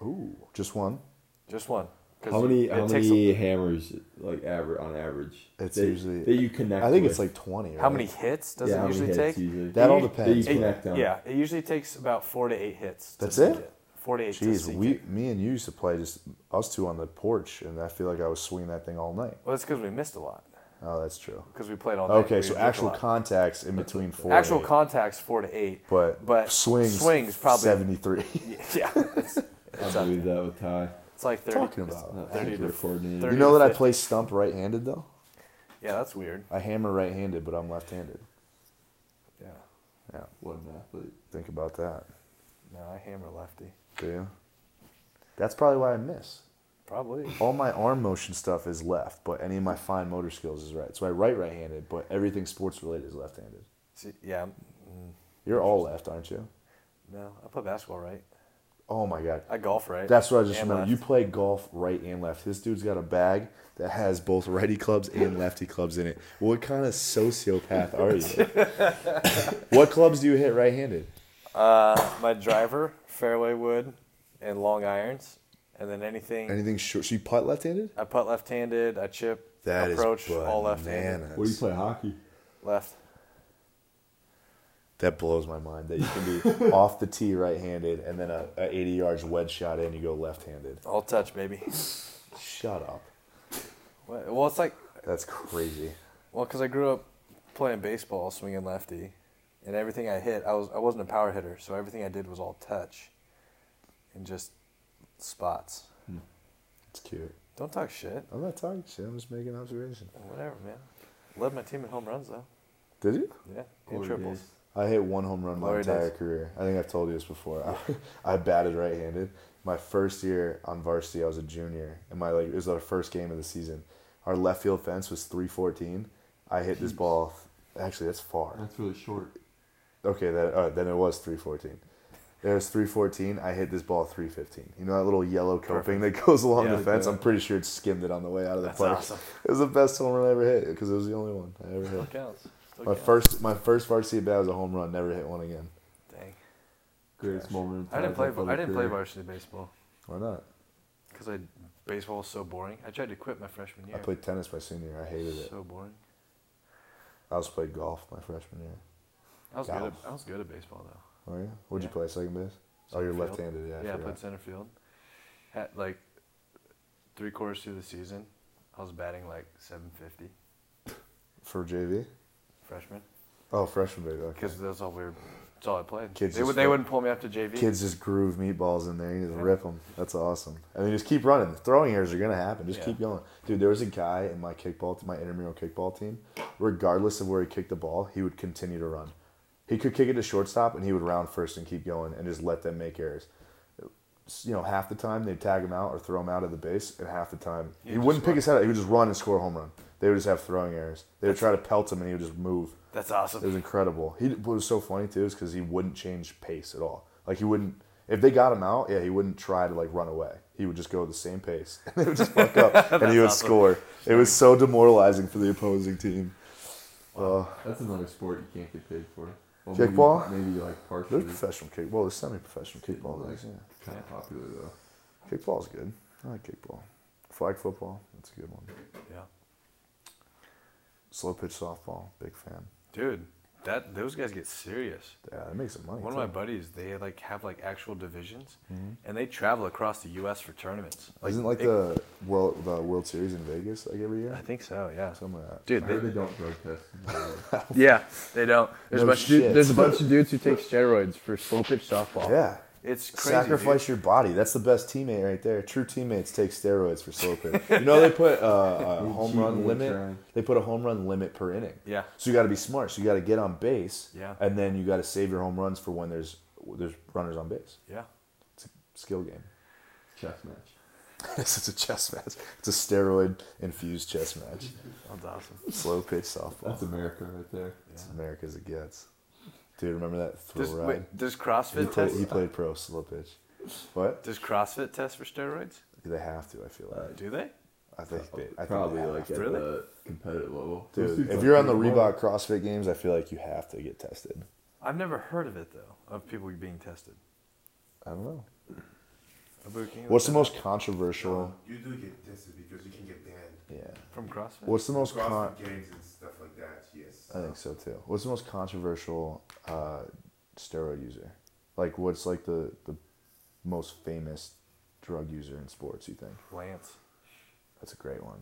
Speaker 1: Ooh, just one.
Speaker 3: Just one. 'Cause
Speaker 4: How
Speaker 3: you-
Speaker 4: many
Speaker 3: it
Speaker 4: how
Speaker 3: takes a-
Speaker 4: many hammers like average on average?
Speaker 1: It's
Speaker 4: that-
Speaker 1: usually-
Speaker 4: that you connect.
Speaker 1: I think
Speaker 4: with?
Speaker 1: it's like twenty. Right?
Speaker 3: how many hits does
Speaker 4: Yeah, how
Speaker 3: it
Speaker 4: many
Speaker 3: usually take?
Speaker 4: hits usually?
Speaker 1: That all
Speaker 3: You-
Speaker 1: depends.
Speaker 4: that you
Speaker 1: but-
Speaker 4: connect on.
Speaker 3: Yeah, it usually takes about four to eight hits. to
Speaker 1: That's
Speaker 3: sink
Speaker 1: it?
Speaker 3: Four to eight. to
Speaker 1: Jeez,
Speaker 3: sink
Speaker 1: we,
Speaker 3: it.
Speaker 1: me and you used to play just us two on the porch, and I feel like I was swinging that thing all night.
Speaker 3: Well, that's because we missed a lot
Speaker 1: Oh, that's true.
Speaker 3: because we played all. night,
Speaker 1: Okay,
Speaker 3: we
Speaker 1: so
Speaker 3: drank a
Speaker 1: actual
Speaker 3: lot.
Speaker 1: contacts in between four. and
Speaker 3: actual
Speaker 1: eight,
Speaker 3: contacts four to eight.
Speaker 1: but
Speaker 3: but
Speaker 1: swings
Speaker 3: swings probably-
Speaker 1: seventy three.
Speaker 3: yeah, it's,
Speaker 4: I
Speaker 3: it's, up
Speaker 4: believe
Speaker 3: there.
Speaker 4: that with Ty.
Speaker 3: it's like thirty.
Speaker 1: Talking
Speaker 3: it's-
Speaker 1: about.
Speaker 4: Not
Speaker 3: 30 to
Speaker 4: super coordinated.
Speaker 3: 30.
Speaker 1: You know that I
Speaker 3: 50.
Speaker 1: play stump right handed though.
Speaker 3: Yeah, that's weird.
Speaker 1: I hammer right handed, but I'm left handed.
Speaker 3: Yeah,
Speaker 1: Yeah,
Speaker 4: What an athlete.
Speaker 1: think about that.
Speaker 3: no, I hammer lefty.
Speaker 1: Do you? That's probably why I miss.
Speaker 3: Probably.
Speaker 1: All my arm motion stuff is left, but any of my fine motor skills is right. So I write right handed, but everything sports related is left handed.
Speaker 3: See, yeah. mm,
Speaker 1: You're all left, aren't you?
Speaker 3: No, I play basketball right.
Speaker 1: Oh my god.
Speaker 3: I golf right.
Speaker 1: That's what I just
Speaker 3: and
Speaker 1: remembered. You
Speaker 3: left.
Speaker 1: play golf right and left. This dude's got a bag that has both righty clubs and lefty clubs in it. What kind of sociopath are you? what clubs do you hit right handed?
Speaker 3: Uh, my driver, fairway wood, and long irons, and then anything.
Speaker 1: Anything short? So you putt left handed?
Speaker 3: I putt left-handed. I chip.
Speaker 1: That is
Speaker 3: approach all left-handed.
Speaker 1: bananas.
Speaker 4: Where do you play hockey?
Speaker 3: Left.
Speaker 1: That blows my mind that you can be off the tee right handed and then a, a 80 yards wedge shot in, you go left handed.
Speaker 3: All touch, baby.
Speaker 1: Shut up.
Speaker 3: What- Well, it's like
Speaker 1: That's crazy.
Speaker 3: Well, because I grew up playing baseball, swinging lefty, and everything I hit, I was I wasn't a power hitter, so everything I did was all touch, and just spots.
Speaker 1: It's cute.
Speaker 3: Don't talk shit.
Speaker 1: I'm not talking shit. I'm just making an observation.
Speaker 3: Whatever, man. Led my team in home runs though.
Speaker 1: Did you?
Speaker 3: Yeah,
Speaker 1: Oh,
Speaker 3: and
Speaker 4: Glory
Speaker 3: triples.
Speaker 4: days.
Speaker 1: I hit one home run my
Speaker 3: Glory
Speaker 1: entire
Speaker 3: days.
Speaker 1: career. I think I've told you this before. I, I batted right-handed. My first year on varsity, I was a junior, and my like it was our first game of the season. Our left field fence was three fourteen. I hit this ball. Actually, that's far.
Speaker 4: That's really short.
Speaker 1: Okay, that all right, then it was three fourteen. It was three fourteen. I hit this ball three fifteen. You know that little yellow coping that goes along
Speaker 3: Yeah,
Speaker 1: the fence.
Speaker 4: yeah.
Speaker 1: I'm pretty sure it skimmed it on the way out of the
Speaker 3: That's
Speaker 1: park.
Speaker 3: awesome.
Speaker 1: It was the best home run I ever hit because it was the only one I ever
Speaker 3: Still
Speaker 1: hit.
Speaker 3: counts. Still
Speaker 1: My
Speaker 3: counts.
Speaker 1: first, my first varsity bat was a home run. Never hit one again.
Speaker 3: Dang.
Speaker 4: Greatest moment.
Speaker 3: I didn't play. I didn't play varsity baseball
Speaker 1: Why not?
Speaker 3: because I baseball was so boring. I tried to quit my freshman year.
Speaker 1: I played tennis my senior year. I hated it.
Speaker 3: So boring.
Speaker 1: I also played golf my freshman year.
Speaker 3: I was
Speaker 1: Wow.
Speaker 3: good. At, I was good at baseball though.
Speaker 1: Oh yeah, what'd
Speaker 3: Yeah.
Speaker 1: you play? Second base. Oh, you're
Speaker 3: Center field.
Speaker 1: left-handed. Yeah. I
Speaker 3: yeah, I
Speaker 1: forgot.
Speaker 3: played center field. Had like three quarters through the season, I was batting like 750
Speaker 1: For JV.
Speaker 3: freshman
Speaker 1: Oh, freshman base. Okay.
Speaker 3: because that's all we were. That's all I played.
Speaker 1: Kids
Speaker 3: they, would,
Speaker 1: just
Speaker 3: they
Speaker 1: like-
Speaker 3: wouldn't pull me up to JV.
Speaker 1: Kids just groove meatballs in there. You just
Speaker 3: Yeah.
Speaker 1: rip them. That's awesome. I mean, just keep running. The throwing errors are gonna happen. Just
Speaker 3: Yeah.
Speaker 1: keep going, dude. There was a guy in my kickball, my intramural kickball team. Regardless of where he kicked the ball, he would continue to run. He could kick it to shortstop, and he would round first and keep going, and just let them make errors. You know, half the time they'd tag him out or throw him out of the base, and half the time he,
Speaker 3: He'd
Speaker 1: wouldn't
Speaker 3: just
Speaker 1: pick his head up. He would just run and score a home run. They would just have throwing errors. They would try to pelt him, and he would just move.
Speaker 3: That's
Speaker 1: It was
Speaker 3: awesome.
Speaker 1: incredible. He what was so funny too is because he wouldn't change pace at all. Like he wouldn't. If they got him out, yeah, he wouldn't try to like run away. He would just go the same pace. they would just fuck up, and he would
Speaker 3: awesome.
Speaker 1: score. It was so demoralizing for the opposing team. Uh,
Speaker 4: That's another sport you can't get paid for. Well,
Speaker 1: Kickball?
Speaker 4: Maybe, maybe like partially.
Speaker 1: there's professional kick. Well, there's semi-professional kickball. leagues, Yeah,
Speaker 4: Kind of popular though.
Speaker 1: kickball's good. I like kickball. Flag football. That's a good one.
Speaker 3: Yeah,
Speaker 1: Slow pitch softball. Big fan.
Speaker 3: dude, that those guys get serious.
Speaker 1: Yeah, that makes some money.
Speaker 3: One of
Speaker 1: too.
Speaker 3: my buddies, they like have like actual divisions, and they travel across the U.S. for tournaments.
Speaker 1: Mm-hmm. Isn't like
Speaker 3: it-
Speaker 1: the world the World Series in Vegas like every
Speaker 3: I
Speaker 1: year?
Speaker 3: think so. Yeah,
Speaker 1: Something like that.
Speaker 4: I
Speaker 3: dude.
Speaker 4: heard
Speaker 3: They,
Speaker 4: they don't drug test.
Speaker 3: yeah, they don't. There's
Speaker 1: No
Speaker 3: a bunch. Of,
Speaker 1: shit.
Speaker 3: dude,
Speaker 1: there's a bunch
Speaker 4: of dudes who take steroids for slow pitch softball.
Speaker 1: Yeah.
Speaker 3: it's crazy.
Speaker 1: Sacrifice
Speaker 3: dude.
Speaker 1: your body. That's the best teammate right there. True teammates take steroids for slow pitch. You know they put uh, a home
Speaker 4: cheating,
Speaker 1: run
Speaker 4: you're
Speaker 1: limit.
Speaker 4: trying.
Speaker 1: They put a home run limit per inning.
Speaker 3: Yeah.
Speaker 1: So you got to be smart. So you got to get on base.
Speaker 3: Yeah.
Speaker 1: And then you got to save your home runs for when there's there's runners on base.
Speaker 3: Yeah,
Speaker 1: It's a skill game.
Speaker 4: Chess match.
Speaker 1: it's a chess match. It's a steroid infused chess match.
Speaker 3: that's awesome.
Speaker 1: Slow pitch softball.
Speaker 4: That's America right there.
Speaker 1: It's America as it gets. Dude, remember that throw
Speaker 3: Does,
Speaker 1: ride?
Speaker 3: wait, does
Speaker 1: he,
Speaker 3: CrossFit
Speaker 1: played,
Speaker 3: test?
Speaker 1: he played pro slow pitch. What?
Speaker 3: Does CrossFit test for steroids?
Speaker 1: They have to. I feel like.
Speaker 3: Do they?
Speaker 1: I think they, I think
Speaker 4: Probably
Speaker 1: they have
Speaker 4: like
Speaker 1: to.
Speaker 4: at
Speaker 3: Really?
Speaker 4: the competitive level. Let's
Speaker 1: Dude,
Speaker 4: do
Speaker 1: if you're on the
Speaker 4: fucking-
Speaker 1: Reebok CrossFit Games, I feel like you have to get tested.
Speaker 3: I've never heard of it though, of people being tested.
Speaker 1: I don't know.
Speaker 3: Abu, can you
Speaker 1: What's the
Speaker 3: look
Speaker 1: most controversial?
Speaker 2: You do get tested because you can get banned.
Speaker 1: Yeah.
Speaker 3: that up? from CrossFit?
Speaker 1: What's the most
Speaker 2: CrossFit
Speaker 1: con?
Speaker 2: games and stuff like that. Yes.
Speaker 1: I think so too. What's the most controversial uh, steroid user? Like, what's like the the most famous drug user in sports? You think
Speaker 3: Lance.
Speaker 1: that's a great one.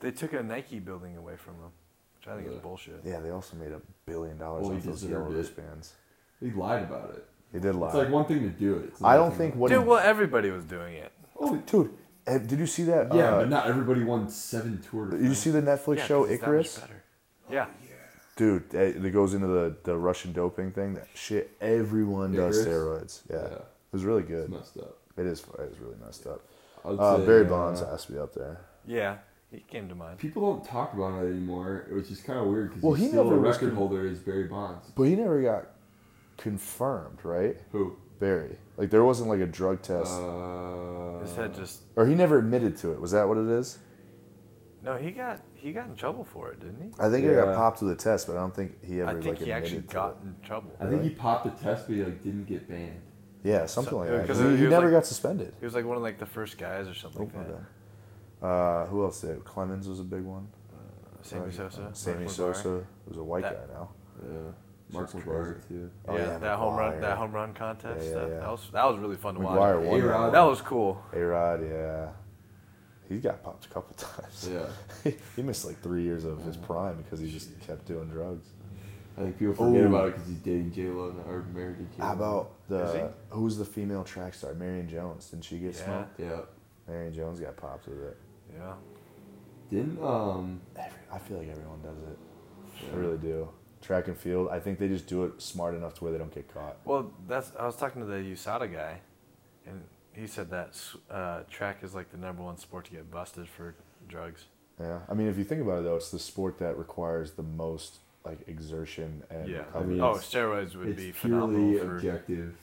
Speaker 3: They took a Nike building away from him, which I think
Speaker 4: Yeah.
Speaker 3: is bullshit.
Speaker 1: Yeah, they also made a billion dollars
Speaker 4: Well,
Speaker 1: off
Speaker 4: he
Speaker 1: those
Speaker 4: deserved
Speaker 1: yellow
Speaker 4: it.
Speaker 1: wristbands.
Speaker 4: He lied about it.
Speaker 1: He did lie.
Speaker 4: It's like one thing to do it. It's
Speaker 1: I
Speaker 4: another
Speaker 1: don't
Speaker 4: thing
Speaker 1: think what.
Speaker 3: Dude,
Speaker 1: he-
Speaker 3: well everybody was doing it.
Speaker 1: oh, dude, eh, did you see that?
Speaker 4: to- Yeah,
Speaker 1: uh,
Speaker 4: but not everybody won seven tour. de
Speaker 1: Did you
Speaker 4: France.
Speaker 1: see the Netflix
Speaker 3: Yeah,
Speaker 1: show
Speaker 3: 'cause it's that much
Speaker 1: Icarus?
Speaker 3: better. Yeah.
Speaker 1: Dude, eh, that, that goes into the, the Russian doping thing. That shit, everyone does steroids.
Speaker 4: Icarus?
Speaker 1: Yeah.
Speaker 4: Yeah.
Speaker 1: It was really
Speaker 4: It's
Speaker 1: good.
Speaker 4: messed up.
Speaker 1: It is it is really messed up.
Speaker 4: I would
Speaker 1: Uh,
Speaker 4: say,
Speaker 1: Barry
Speaker 4: uh,
Speaker 1: Bonds has to be up there.
Speaker 3: Yeah. He came to mind.
Speaker 4: People don't talk about it anymore, which is kind of weird because
Speaker 1: Well,
Speaker 4: he's
Speaker 1: he
Speaker 4: still
Speaker 1: never
Speaker 4: a
Speaker 1: was
Speaker 4: record
Speaker 1: con-
Speaker 4: holder is Barry Bonds.
Speaker 1: But he never got confirmed, right?
Speaker 4: Who?
Speaker 1: Barry. Like, there wasn't like a drug test.
Speaker 4: Uh,
Speaker 3: His head just
Speaker 1: or he never admitted to it. Was that what it is?
Speaker 3: No, he got he got in trouble for it, didn't he?
Speaker 1: I think he got
Speaker 4: Yeah.
Speaker 1: popped with a test, but I don't think he ever
Speaker 3: I think
Speaker 1: like
Speaker 3: he
Speaker 1: admitted
Speaker 3: actually
Speaker 1: to
Speaker 3: got
Speaker 1: it.
Speaker 3: in trouble.
Speaker 4: I think he popped a test, but he like didn't get banned.
Speaker 1: Yeah, something
Speaker 3: So-
Speaker 1: like that.
Speaker 3: because
Speaker 1: He,
Speaker 3: he
Speaker 1: he
Speaker 3: uh, was,
Speaker 1: never
Speaker 3: like-
Speaker 1: got suspended.
Speaker 3: He was like one of like the first guys or something like
Speaker 1: Oh, my
Speaker 3: that.
Speaker 1: bad. Uh, who else did? Clemens was a big one.
Speaker 3: Sammy Sosa.
Speaker 1: Sammy
Speaker 3: Mark McGuire.
Speaker 1: Sosa, who's a white
Speaker 3: That-
Speaker 1: guy now.
Speaker 4: Yeah. Uh, Mark
Speaker 1: Shit's
Speaker 4: McGuire too.
Speaker 1: Oh,
Speaker 3: yeah,
Speaker 1: yeah,
Speaker 3: that home run,
Speaker 1: McGuire.
Speaker 3: that home run contest
Speaker 1: Yeah, yeah,
Speaker 3: stuff.
Speaker 1: yeah.
Speaker 3: That was that was really fun to
Speaker 1: McGuire
Speaker 3: watch.
Speaker 1: won.
Speaker 4: A-Rod.
Speaker 1: that one.
Speaker 3: That was cool.
Speaker 1: A Rod, yeah. He got popped a couple times.
Speaker 4: Yeah.
Speaker 1: he missed like three years of his prime because he just kept doing drugs.
Speaker 4: I think people forget
Speaker 1: Ooh.
Speaker 4: about it because he's dating J Lo or married to J Lo.
Speaker 1: How about
Speaker 3: Is
Speaker 1: the
Speaker 3: he?
Speaker 1: who's the female track star? Marion Jones. Didn't she get
Speaker 3: Yeah.
Speaker 1: smoked?
Speaker 4: Yeah.
Speaker 1: Marion Jones got popped with it.
Speaker 3: Yeah.
Speaker 4: Didn't um.
Speaker 1: Every, I feel like everyone does it. I
Speaker 4: Yeah.
Speaker 1: really do. Track and field. I think they just do it smart enough to where they don't get caught.
Speaker 3: Well, that's I was talking to the USADA guy, and he said that s- uh, track is like the number one sport to get busted for drugs.
Speaker 1: Yeah. I mean, if you think about it though, it's the sport that requires the most like exertion and
Speaker 3: Yeah.
Speaker 1: recovery.
Speaker 4: I mean,
Speaker 3: oh,
Speaker 4: it's-
Speaker 3: steroids would be
Speaker 4: It's
Speaker 3: phenomenal
Speaker 4: purely
Speaker 3: for.
Speaker 4: objective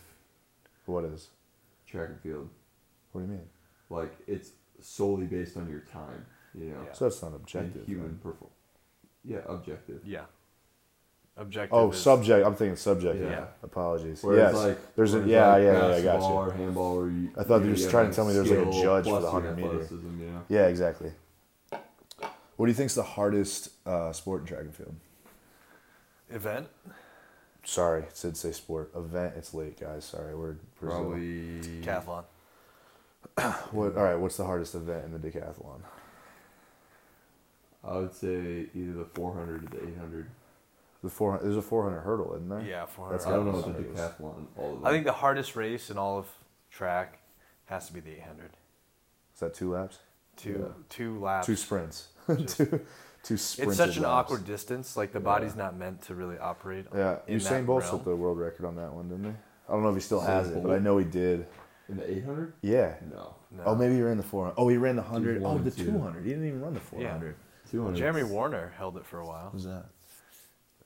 Speaker 1: what is?
Speaker 4: track and field.
Speaker 1: What do you mean?
Speaker 4: Like it's solely based on your time. You know.
Speaker 3: Yeah.
Speaker 1: So that's not
Speaker 4: And
Speaker 1: objective.
Speaker 4: human
Speaker 1: then.
Speaker 4: perform. Yeah, objective.
Speaker 3: Yeah. Objective.
Speaker 1: Oh,
Speaker 3: is-
Speaker 1: subject. I'm thinking subject.
Speaker 4: Yeah.
Speaker 1: Yeah. Apologies.
Speaker 4: Whereas
Speaker 1: yes.
Speaker 4: like
Speaker 1: there's a
Speaker 4: whereas
Speaker 1: yeah,
Speaker 4: like
Speaker 1: yeah, yeah, I got
Speaker 4: basketball
Speaker 1: you.
Speaker 4: Or handball, or you,
Speaker 1: I thought
Speaker 4: you
Speaker 1: you was
Speaker 4: have,
Speaker 1: trying to tell me there's, like, a
Speaker 4: skill
Speaker 1: judge for
Speaker 4: plus
Speaker 1: the
Speaker 4: your
Speaker 1: 100 meter.
Speaker 4: athleticism, You know?
Speaker 1: Yeah, exactly. What do you think's the hardest uh, sport in track and field?
Speaker 3: Event.
Speaker 1: Sorry, it said say sport event. It's late, guys. Sorry, we're we're still-
Speaker 4: Probably
Speaker 3: Cathlon.
Speaker 1: What, all right, what's the hardest event in the decathlon?
Speaker 4: I would say either the 400 or the 800.
Speaker 1: The four there's a 400 hurdle, isn't there?
Speaker 3: Yeah,
Speaker 1: That's
Speaker 3: 400.
Speaker 4: I don't know
Speaker 1: gotta
Speaker 4: about the
Speaker 1: be hardest.
Speaker 4: decathlon. All of them.
Speaker 3: I think the hardest race in all of track has to be the 800.
Speaker 1: Is that two laps?
Speaker 3: Two
Speaker 4: Yeah.
Speaker 3: two laps.
Speaker 1: Two sprints.
Speaker 3: Just-
Speaker 1: two two sprints.
Speaker 3: it's such an awkward distance. Like the body's not meant to really operate.
Speaker 1: Yeah,
Speaker 3: in
Speaker 1: Usain
Speaker 3: that
Speaker 1: Bolt
Speaker 3: realm.
Speaker 1: set the world record on that one, didn't he? I don't know if he still has
Speaker 4: Usain
Speaker 1: it, but I
Speaker 4: Bolt?
Speaker 1: know he did.
Speaker 4: in the 800.
Speaker 1: Yeah.
Speaker 4: No,
Speaker 3: No.
Speaker 1: Oh, maybe he ran the 400. Oh, he ran the 100. Oh,
Speaker 4: one,
Speaker 1: the
Speaker 4: two.
Speaker 1: 200. He didn't even run the 400.
Speaker 3: Yeah.
Speaker 4: 200.
Speaker 3: Jeremy Warner held it for a while.
Speaker 1: Who's that?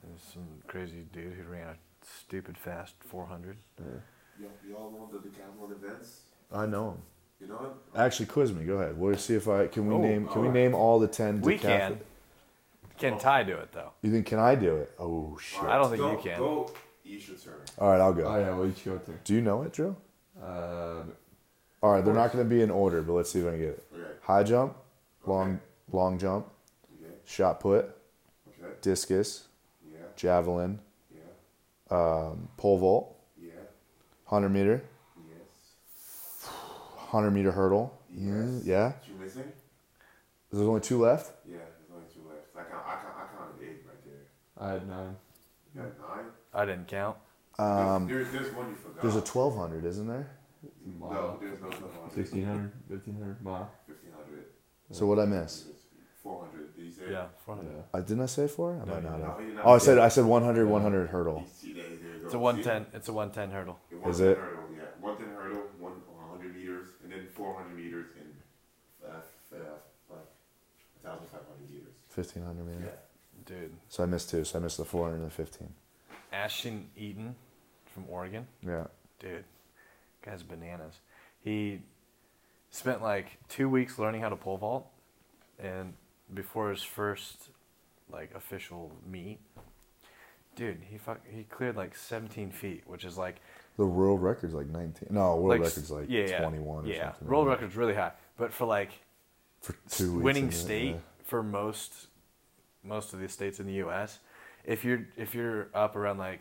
Speaker 3: There's some crazy dude who ran a stupid fast 400.
Speaker 2: Yeah, we all know the decathlon events.
Speaker 1: I know him.
Speaker 2: You know it?
Speaker 1: Actually, quiz me. Go ahead. We'll see if I can. We
Speaker 3: Oh,
Speaker 1: name. Can we
Speaker 4: alright.
Speaker 1: name all the ten?
Speaker 3: We
Speaker 1: decathlon-
Speaker 3: can. Can Ty do it though?
Speaker 1: You think can I do it? Oh shit!
Speaker 3: I don't think you
Speaker 2: Go-
Speaker 3: can.
Speaker 2: Go, you should turn.
Speaker 1: All right, I'll go.
Speaker 4: Oh yeah, well each go there.
Speaker 1: Do you know it, Drew?
Speaker 4: Um,
Speaker 1: All right, they're not going to be in order, but let's see if I can get it.
Speaker 2: Okay.
Speaker 1: High jump, long long jump,
Speaker 2: Okay.
Speaker 1: shot put,
Speaker 2: Okay.
Speaker 1: discus,
Speaker 2: Yeah.
Speaker 1: javelin,
Speaker 2: Yeah.
Speaker 1: um, pole vault,
Speaker 2: Yeah.
Speaker 1: 100 meter,
Speaker 2: Yes.
Speaker 1: 100 meter hurdle. Yeah.
Speaker 2: Yes.
Speaker 1: yeah.
Speaker 2: You missing?
Speaker 1: There's only two left.
Speaker 2: Yeah. There's only two left. I count. I count. I counted eight right there.
Speaker 4: I had nine.
Speaker 2: You got nine.
Speaker 3: I didn't count.
Speaker 1: Um,
Speaker 2: there's, there's one you forgot.
Speaker 1: there's a 1200, isn't there?
Speaker 2: No,
Speaker 4: Mile.
Speaker 2: there's no 1200.
Speaker 4: 1600, 1500 mile.
Speaker 2: 1500.
Speaker 1: So what I miss?
Speaker 2: 400. Did you say?
Speaker 3: Yeah,
Speaker 4: Yeah.
Speaker 3: 400.
Speaker 1: I didn't I say four? I
Speaker 3: No,
Speaker 1: might not
Speaker 3: you
Speaker 1: have.
Speaker 2: didn't. No, you didn't.
Speaker 1: Oh, I said I said 100 100 hurdle.
Speaker 2: You see that? There you go.
Speaker 3: It's a
Speaker 2: See?
Speaker 3: 110. It's a 110 hurdle.
Speaker 2: It
Speaker 1: Is
Speaker 2: was
Speaker 1: it?
Speaker 2: hurdle, yeah. One ten hurdle, one hundred meters, and then four hundred meters and uh, f- uh, like thousand five hundred meters.
Speaker 1: 1500 meter.
Speaker 3: Dude,
Speaker 1: So I missed two. So I missed the 415.
Speaker 3: Ashton Eaton from Oregon.
Speaker 1: Yeah.
Speaker 3: Dude, guy's bananas. He spent like two weeks learning how to pole vault, and before his first like official meet, dude, he fuck, he cleared like 17 feet, which is like
Speaker 1: The world record's like 19. No, world
Speaker 3: s-
Speaker 1: record's like 21 or
Speaker 3: yeah.
Speaker 1: something.
Speaker 3: World
Speaker 1: like that.
Speaker 3: record's really high, but for like
Speaker 1: for
Speaker 3: s-
Speaker 1: two weeks
Speaker 3: winning
Speaker 1: in it,
Speaker 3: state
Speaker 1: yeah.
Speaker 3: for most most of the states in the U.S. If you're if you're up around like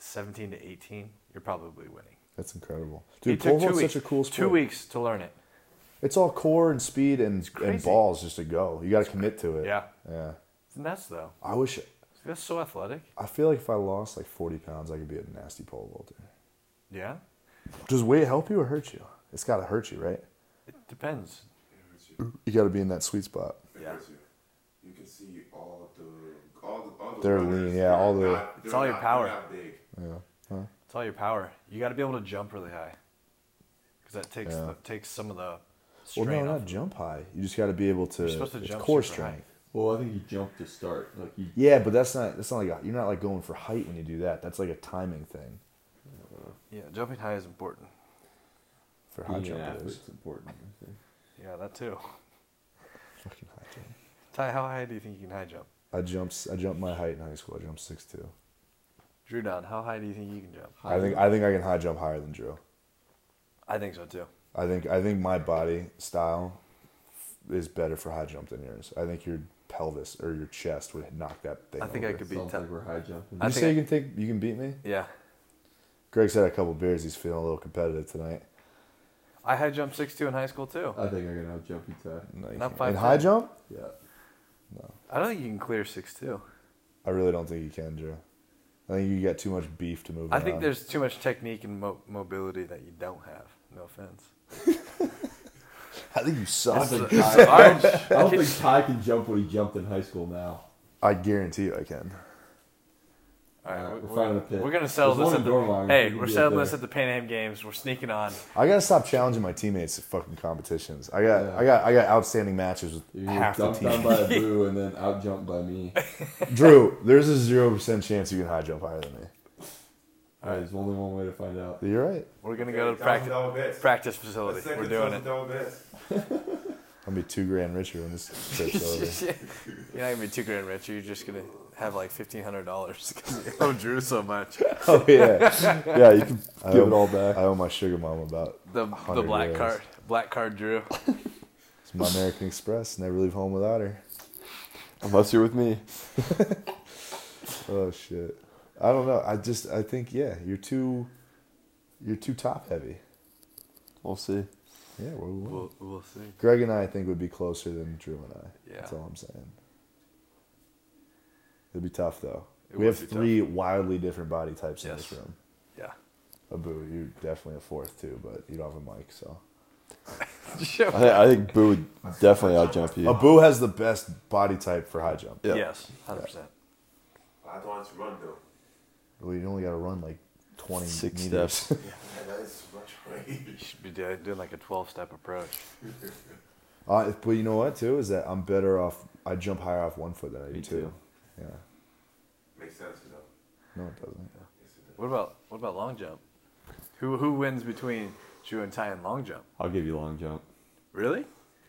Speaker 3: 17 to 18, you're probably winning.
Speaker 1: That's incredible.
Speaker 3: He
Speaker 1: Dude,
Speaker 3: took
Speaker 1: pole
Speaker 3: two
Speaker 1: vault's
Speaker 3: weeks-
Speaker 1: such a cool sport.
Speaker 3: Two weeks to learn it.
Speaker 1: It's all core and speed and, and
Speaker 3: crazy.
Speaker 1: balls just to go. You got to commit to it.
Speaker 3: Yeah,
Speaker 1: Yeah.
Speaker 3: it's nuts though.
Speaker 1: I wish.
Speaker 3: That's so athletic.
Speaker 1: I feel like if I lost like 40 pounds, I could be a nasty pole vaulter.
Speaker 3: Yeah,
Speaker 1: Does weight help you or hurt you? It's got to hurt you, right?
Speaker 3: it depends.
Speaker 2: It hurts you.
Speaker 1: You got to be in that sweet spot.
Speaker 2: It
Speaker 3: Yeah.
Speaker 2: hurts you. You can see all the all the all the
Speaker 1: They're
Speaker 2: runners,
Speaker 1: lean, yeah, all
Speaker 2: they're
Speaker 1: the-
Speaker 2: not-
Speaker 3: It's
Speaker 2: they're
Speaker 3: all your
Speaker 2: not-
Speaker 3: power.
Speaker 2: They're not big.
Speaker 3: It's all your power. You got to be able to jump really high, because that takes
Speaker 1: Yeah.
Speaker 3: the, takes some of the
Speaker 1: Well,
Speaker 3: strain
Speaker 1: no,
Speaker 3: off.
Speaker 1: not jump high. You just got to be able to.
Speaker 3: You're supposed to
Speaker 1: it's
Speaker 3: jump
Speaker 1: core
Speaker 3: super high.
Speaker 1: strength.
Speaker 4: Well, I think you jump to start. Like you,
Speaker 1: Yeah, but that's not. That's not like a, you're not like going for height when you do that. That's like a timing thing
Speaker 3: Yeah, jumping high is important.
Speaker 1: for high
Speaker 4: being
Speaker 1: jump.
Speaker 4: an
Speaker 1: it is.
Speaker 4: athlete's important. I think.
Speaker 3: Yeah, that too.
Speaker 1: Fucking high jump.
Speaker 3: Ty, how high do you think you can high jump?
Speaker 1: I jumped. I jumped my height in high school. I jumped six two.
Speaker 3: Drew Don, how high do you think you can jump?
Speaker 1: I think. I think I can high jump higher than Drew.
Speaker 3: I think so too.
Speaker 1: I think. I think my body style is better for high jump than yours. I think your pelvis or your chest would knock that thing.
Speaker 3: I think I
Speaker 1: over.
Speaker 3: could be.
Speaker 4: Sounds
Speaker 3: Ty-
Speaker 4: like we're high jumping.
Speaker 3: I
Speaker 1: You
Speaker 3: think
Speaker 1: say you can take. You can beat me.
Speaker 3: yeah,
Speaker 1: Greg's had a couple beers. He's feeling a little competitive tonight.
Speaker 3: I high jumped six two in high school too.
Speaker 4: I think I can out jump you, Ty.
Speaker 1: No, you
Speaker 3: Not
Speaker 1: can't.
Speaker 3: five
Speaker 1: In high
Speaker 3: ten.
Speaker 1: jump,
Speaker 4: Yeah.
Speaker 3: I don't think you can clear six two.
Speaker 1: I really don't think you can, Drew. I think you got too much beef to move.
Speaker 3: I
Speaker 1: around.
Speaker 3: think there's too much technique and mo- mobility that you don't have. No offense.
Speaker 1: I think you
Speaker 4: I
Speaker 1: suck.
Speaker 4: don't, think Ty, I don't, I don't think Ty can jump what he jumped in high school now.
Speaker 1: I guarantee you, I can.
Speaker 3: All right,
Speaker 4: Uh,
Speaker 3: we're,
Speaker 4: we're
Speaker 3: we're,
Speaker 4: finding a pit.
Speaker 3: we're gonna settle
Speaker 4: There's
Speaker 3: this.
Speaker 4: one
Speaker 3: At
Speaker 4: in
Speaker 3: the,
Speaker 4: Dormont. We
Speaker 3: hey,
Speaker 4: can
Speaker 3: we're
Speaker 4: get
Speaker 3: settling
Speaker 4: there.
Speaker 3: this at the Pan Am Games. We're sneaking on.
Speaker 1: I gotta stop challenging my teammates at fucking competitions. I got, I got, I got outstanding matches with
Speaker 4: You're
Speaker 1: half the
Speaker 4: dumped on
Speaker 1: team.
Speaker 4: by a boo and then out jumped by me.
Speaker 1: Drew, there's a zero percent chance you can high jump higher than me.
Speaker 4: All right, there's only one way to find out.
Speaker 1: You're right.
Speaker 3: We're gonna
Speaker 2: Okay,
Speaker 3: go to the
Speaker 2: thousand
Speaker 3: practice
Speaker 2: dollar bets.
Speaker 3: practice
Speaker 2: A
Speaker 3: facility.
Speaker 2: second
Speaker 3: We're doing
Speaker 2: thousand
Speaker 3: it.
Speaker 2: dollar bets.
Speaker 1: I'll be two grand richer when this trip's over.
Speaker 3: You're not gonna be too grand rich. You're just gonna have like fifteen hundred dollars because you owe Drew so much.
Speaker 1: Oh yeah, yeah. You can
Speaker 4: Give it all back.
Speaker 1: I owe my sugar mom about
Speaker 3: The the
Speaker 1: 100
Speaker 3: black
Speaker 1: euros.
Speaker 3: card, black card Drew.
Speaker 1: it's my American Express. Never leave home without her.
Speaker 4: Unless you're with me.
Speaker 1: Oh shit. I don't know. I just I think yeah, you're too you're too top heavy.
Speaker 4: We'll see.
Speaker 1: Yeah, well, we will
Speaker 3: We'll we'll see.
Speaker 1: Greg and I, I think would be closer than Drew and I.
Speaker 3: Yeah.
Speaker 1: That's all I'm saying. It'd be tough though.
Speaker 3: It
Speaker 1: we
Speaker 3: would
Speaker 1: have
Speaker 3: be tough.
Speaker 1: three wildly different body types in
Speaker 3: Yes.
Speaker 1: this room.
Speaker 3: Yeah.
Speaker 1: Abu, you're definitely a fourth too, but you don't have a mic, so.
Speaker 4: I think, I think Boo would definitely out jump you.
Speaker 1: Abu has the best body type for high jump.
Speaker 4: Yeah.
Speaker 3: Yes, hundred percent.
Speaker 2: I don't want to run though.
Speaker 1: Well, you only got to run like 20
Speaker 4: Six
Speaker 1: meters.
Speaker 4: steps.
Speaker 2: Yeah, that is much
Speaker 3: You
Speaker 2: range.
Speaker 3: should be do- doing like a twelve-step approach.
Speaker 1: Uh, but you know what too is that I'm better off. I jump higher off one foot than I do
Speaker 4: Me
Speaker 1: two.
Speaker 4: too.
Speaker 1: Yeah.
Speaker 2: Makes sense, you know.
Speaker 1: No, it doesn't.
Speaker 2: Yes, it does.
Speaker 3: What about what about long jump? Who who wins between Drew and Ty in long jump?
Speaker 4: I'll give you long jump.
Speaker 3: Really?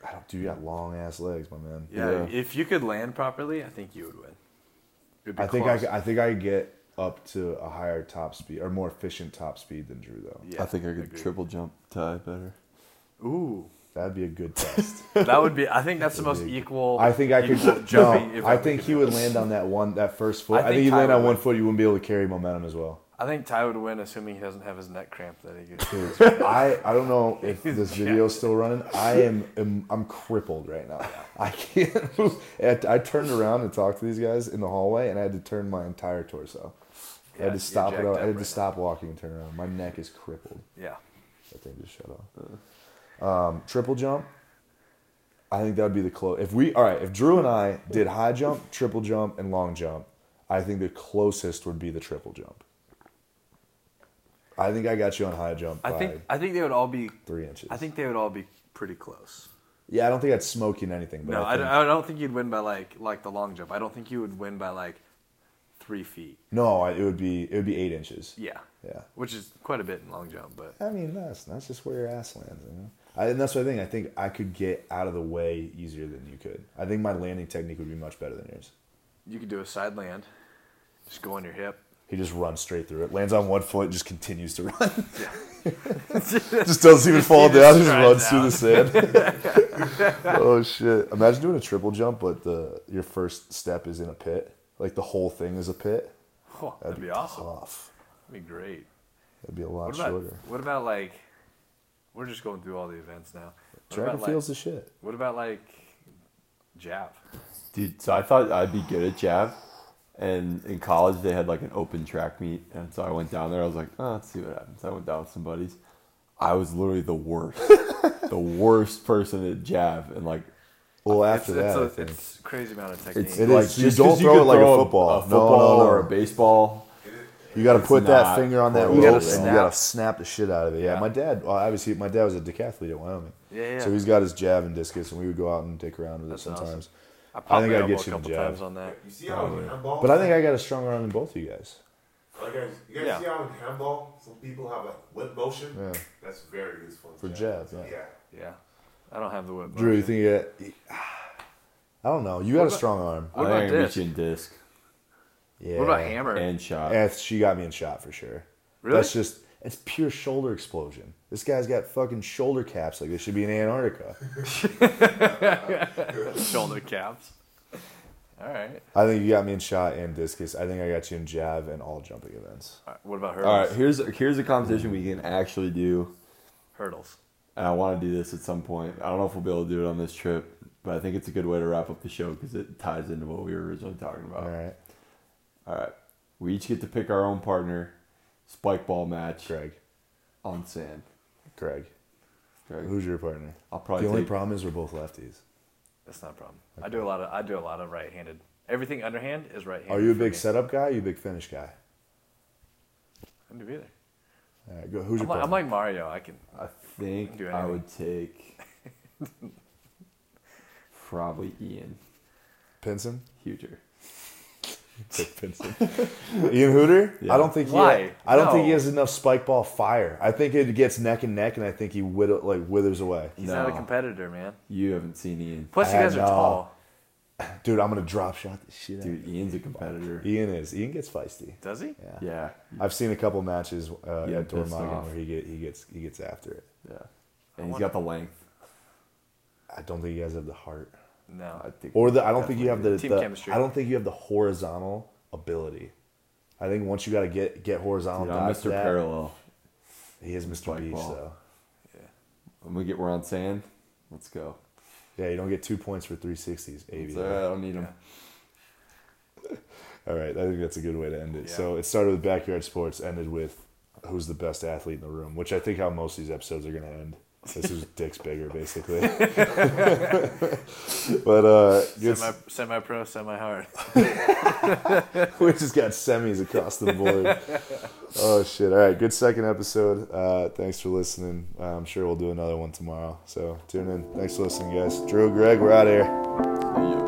Speaker 1: I don't, dude, you got long ass legs, my man.
Speaker 3: Yeah,
Speaker 4: Yeah.
Speaker 3: If you could land properly, I think you would win. It'd be
Speaker 1: I think I,
Speaker 3: close.
Speaker 1: could- I think I get up to a higher top speed or more efficient top speed than Drew though.
Speaker 3: Yeah,
Speaker 4: I think I could
Speaker 3: agreed.
Speaker 4: triple jump Ty better.
Speaker 3: Ooh,
Speaker 1: That'd be a good test.
Speaker 3: that would be. I think that's the most
Speaker 1: Agreed.
Speaker 3: equal.
Speaker 1: I think I
Speaker 3: equal
Speaker 1: could.
Speaker 3: jumping
Speaker 1: No,
Speaker 3: if
Speaker 1: I
Speaker 3: we
Speaker 1: think
Speaker 3: could
Speaker 1: he
Speaker 3: do
Speaker 1: would
Speaker 3: it.
Speaker 1: land on that one, that first foot.
Speaker 3: I
Speaker 1: I think,
Speaker 3: think
Speaker 1: you land
Speaker 3: Tyler
Speaker 1: on one
Speaker 3: would.
Speaker 1: foot, you wouldn't be able to carry momentum as well.
Speaker 3: I think Ty would win, assuming he doesn't have his neck cramp that he gets.
Speaker 1: Dude, I, I don't know if this video's still running. I am, am I'm crippled right now. I can't move. And I turned around and talked to these guys in the hallway, and I had to turn my entire torso. I
Speaker 3: Yeah,
Speaker 1: had
Speaker 3: you're
Speaker 1: to stop it.
Speaker 3: jacked
Speaker 1: Up.
Speaker 3: up
Speaker 1: I had to
Speaker 3: right
Speaker 1: stop walking and turn around. My neck is crippled.
Speaker 3: Yeah,
Speaker 1: That thing just shut off. Um, triple jump. I think that would be the close. If we all right, if Drew and I did high jump, triple jump, and long jump, I think the closest would be the triple jump. I think I got you on high jump.
Speaker 3: I
Speaker 1: by
Speaker 3: think I think they would all be.
Speaker 1: three inches.
Speaker 3: I think they would all be pretty close.
Speaker 1: Yeah, I don't think I'd smoke in anything. But
Speaker 3: No,
Speaker 1: I
Speaker 3: I,
Speaker 1: think,
Speaker 3: I don't think you'd win by like like the long jump. I don't think you would win by like three feet.
Speaker 1: no, I, it would be it would be eight inches.
Speaker 3: Yeah,
Speaker 1: Yeah,
Speaker 3: which is quite a bit in long jump, but
Speaker 1: I mean that's that's just where your ass lands. You know? I, and that's what I think. I think I could get out of the way easier than you could. I think my landing technique would be much better than yours.
Speaker 3: You could do a side land. Just go on your hip.
Speaker 1: He just runs straight through it, lands on one foot, and just continues to run. just doesn't even fall
Speaker 3: He
Speaker 1: down,
Speaker 3: just
Speaker 1: just runs through the
Speaker 3: strides
Speaker 1: sand. oh shit! Imagine doing a triple jump, but the your first step is in a pit. Like the whole thing is a pit.
Speaker 3: Oh, that'd be awesome.
Speaker 1: Tough.
Speaker 3: That'd be great.
Speaker 1: That'd be a lot
Speaker 3: What about
Speaker 1: shorter.
Speaker 3: what about like? We're just going through all the events now. What
Speaker 1: Track and
Speaker 3: about,
Speaker 1: field's
Speaker 3: Like,
Speaker 1: the shit.
Speaker 3: what about like, jab?
Speaker 4: Dude, so I thought I'd be good at jab. And in college, they had like an open track meet. And so I went down there. I was like, oh, let's see what happens. I went down with some buddies. I was literally the worst, the worst person at jab. And like,
Speaker 1: Well, after
Speaker 3: Oh, it's,
Speaker 1: that, I
Speaker 3: it's, a,
Speaker 1: think.
Speaker 3: it's crazy amount of technique.
Speaker 4: it's
Speaker 1: It
Speaker 4: like
Speaker 1: is. You don't
Speaker 4: 'cause
Speaker 1: throw
Speaker 4: could
Speaker 1: it like a football.
Speaker 4: A
Speaker 1: No,
Speaker 4: football
Speaker 1: no, no.
Speaker 4: or a baseball.
Speaker 1: You got to put that
Speaker 4: not-
Speaker 1: finger on that rope,
Speaker 4: You
Speaker 3: gotta
Speaker 1: and you
Speaker 3: snap.
Speaker 1: got to snap the shit out of it. Yeah,
Speaker 3: Yeah.
Speaker 1: my dad. Well, obviously, my dad was a decathlete at Wyoming.
Speaker 3: Yeah, yeah.
Speaker 1: So he's got his jab and discus, and we would go out and dick around with
Speaker 3: That's
Speaker 1: it sometimes.
Speaker 3: awesome. I,
Speaker 1: I think
Speaker 3: my
Speaker 1: I'd
Speaker 3: elbow
Speaker 1: get you
Speaker 3: a
Speaker 1: in
Speaker 3: couple
Speaker 1: jab.
Speaker 3: times on that.
Speaker 2: You see how I can handball?
Speaker 1: But I think I got a stronger arm than both of you guys.
Speaker 2: Like, I- you guys
Speaker 3: Yeah.
Speaker 2: see how in handball some people have like whip motion?
Speaker 1: Yeah.
Speaker 2: That's very useful.
Speaker 1: For jabs, yeah.
Speaker 3: Yeah, I don't have the whip.
Speaker 1: Drew, you
Speaker 3: motion.
Speaker 1: think you got? I don't know. You got a strong arm.
Speaker 3: What
Speaker 4: I
Speaker 3: about
Speaker 4: think I can
Speaker 3: disc?
Speaker 4: beat you in disc
Speaker 1: Yeah.
Speaker 3: What about hammer?
Speaker 4: and shot.
Speaker 1: Yeah, she got me in shot for sure.
Speaker 3: Really?
Speaker 1: That's just it's pure shoulder explosion. This guy's got fucking shoulder caps like they should be in Antarctica.
Speaker 3: Shoulder caps. All right.
Speaker 1: I think you got me in shot and discus. I think I got you in jab and all jumping events.
Speaker 3: All right, What about hurdles?
Speaker 4: All right, here's here's a competition we can actually do.
Speaker 3: Hurdles.
Speaker 4: and I want to do this at some point. I don't know if we'll be able to do it on this trip, but I think it's a good way to wrap up the show because it ties into what we were originally talking
Speaker 3: Oh.
Speaker 4: about.
Speaker 1: All right,
Speaker 4: All right. We each get to pick our own partner, spike ball match
Speaker 1: Greg.
Speaker 4: on sand.
Speaker 1: Greg,
Speaker 4: Greg,
Speaker 1: who's your partner?
Speaker 4: I'll probably
Speaker 1: the only
Speaker 4: take-
Speaker 1: problem is we're both lefties.
Speaker 3: That's not a problem. I do a lot of I do a lot of right-handed. Everything underhand is right-handed.
Speaker 1: Are you a
Speaker 3: for
Speaker 1: big
Speaker 3: me.
Speaker 1: setup guy? Or you a big finish guy?
Speaker 3: I don't do either.
Speaker 1: All right, go. Who's
Speaker 3: I'm
Speaker 1: your
Speaker 3: like, I'm
Speaker 1: partner?
Speaker 3: like Mario. I can.
Speaker 4: I think
Speaker 3: Do
Speaker 4: I
Speaker 3: anything.
Speaker 4: would take probably Ian
Speaker 1: Pinson.
Speaker 4: Huger.
Speaker 1: Take Pinson. Ian Hooter.
Speaker 4: Yeah.
Speaker 1: I don't think. He,
Speaker 3: Why?
Speaker 1: I don't think he
Speaker 3: No.
Speaker 1: has enough spike ball fire. I think it gets neck and neck, and I think he whittle, like withers away.
Speaker 3: He's not a
Speaker 4: No.
Speaker 3: competitor, man.
Speaker 4: You haven't seen Ian.
Speaker 3: Plus, you
Speaker 1: I
Speaker 3: guys are
Speaker 1: know.
Speaker 3: tall.
Speaker 1: Dude, I'm gonna drop shot this shit. out.
Speaker 4: Dude, Ian's a competitor.
Speaker 1: Ian is. Ian gets feisty.
Speaker 3: Does he?
Speaker 1: Yeah.
Speaker 4: Yeah.
Speaker 1: I've seen a couple matches uh,
Speaker 4: Yeah,
Speaker 1: at
Speaker 4: pissed
Speaker 1: Dormagen
Speaker 4: off.
Speaker 1: where he get he gets he gets after it.
Speaker 4: Yeah. And he's got the length.
Speaker 1: I don't think you guys have the heart,
Speaker 4: I
Speaker 3: No.
Speaker 4: think
Speaker 1: or the I don't think you have the,
Speaker 3: Team
Speaker 1: the-
Speaker 3: chemistry.
Speaker 1: I don't think you have the horizontal ability. I think once you got to get get horizontal,
Speaker 4: Dude, I'm
Speaker 1: dodge
Speaker 4: Mr.
Speaker 1: that.
Speaker 4: Parallel.
Speaker 1: He is Mr.
Speaker 4: Spike
Speaker 1: Beach
Speaker 4: ball.
Speaker 1: though.
Speaker 4: When we get we're on sand, let's go.
Speaker 1: Yeah, you don't get two points for 360s, AV.
Speaker 4: It's all right, I don't need him.
Speaker 1: All right, I think that's a good way to end it.
Speaker 3: Yeah.
Speaker 1: So it started with backyard sports, ended with who's the best athlete in the room, which I think how most of these episodes are going to end. This is Dick's bigger, basically. but uh, good-
Speaker 3: Semi semi pro, semi hard.
Speaker 1: we just got semis across the board. oh shit! All right, good second episode. Uh, thanks for listening. Uh, I'm sure we'll do another one tomorrow. So tune in. Thanks for listening, guys. Drew, Greg, we're out of here.
Speaker 4: Yeah.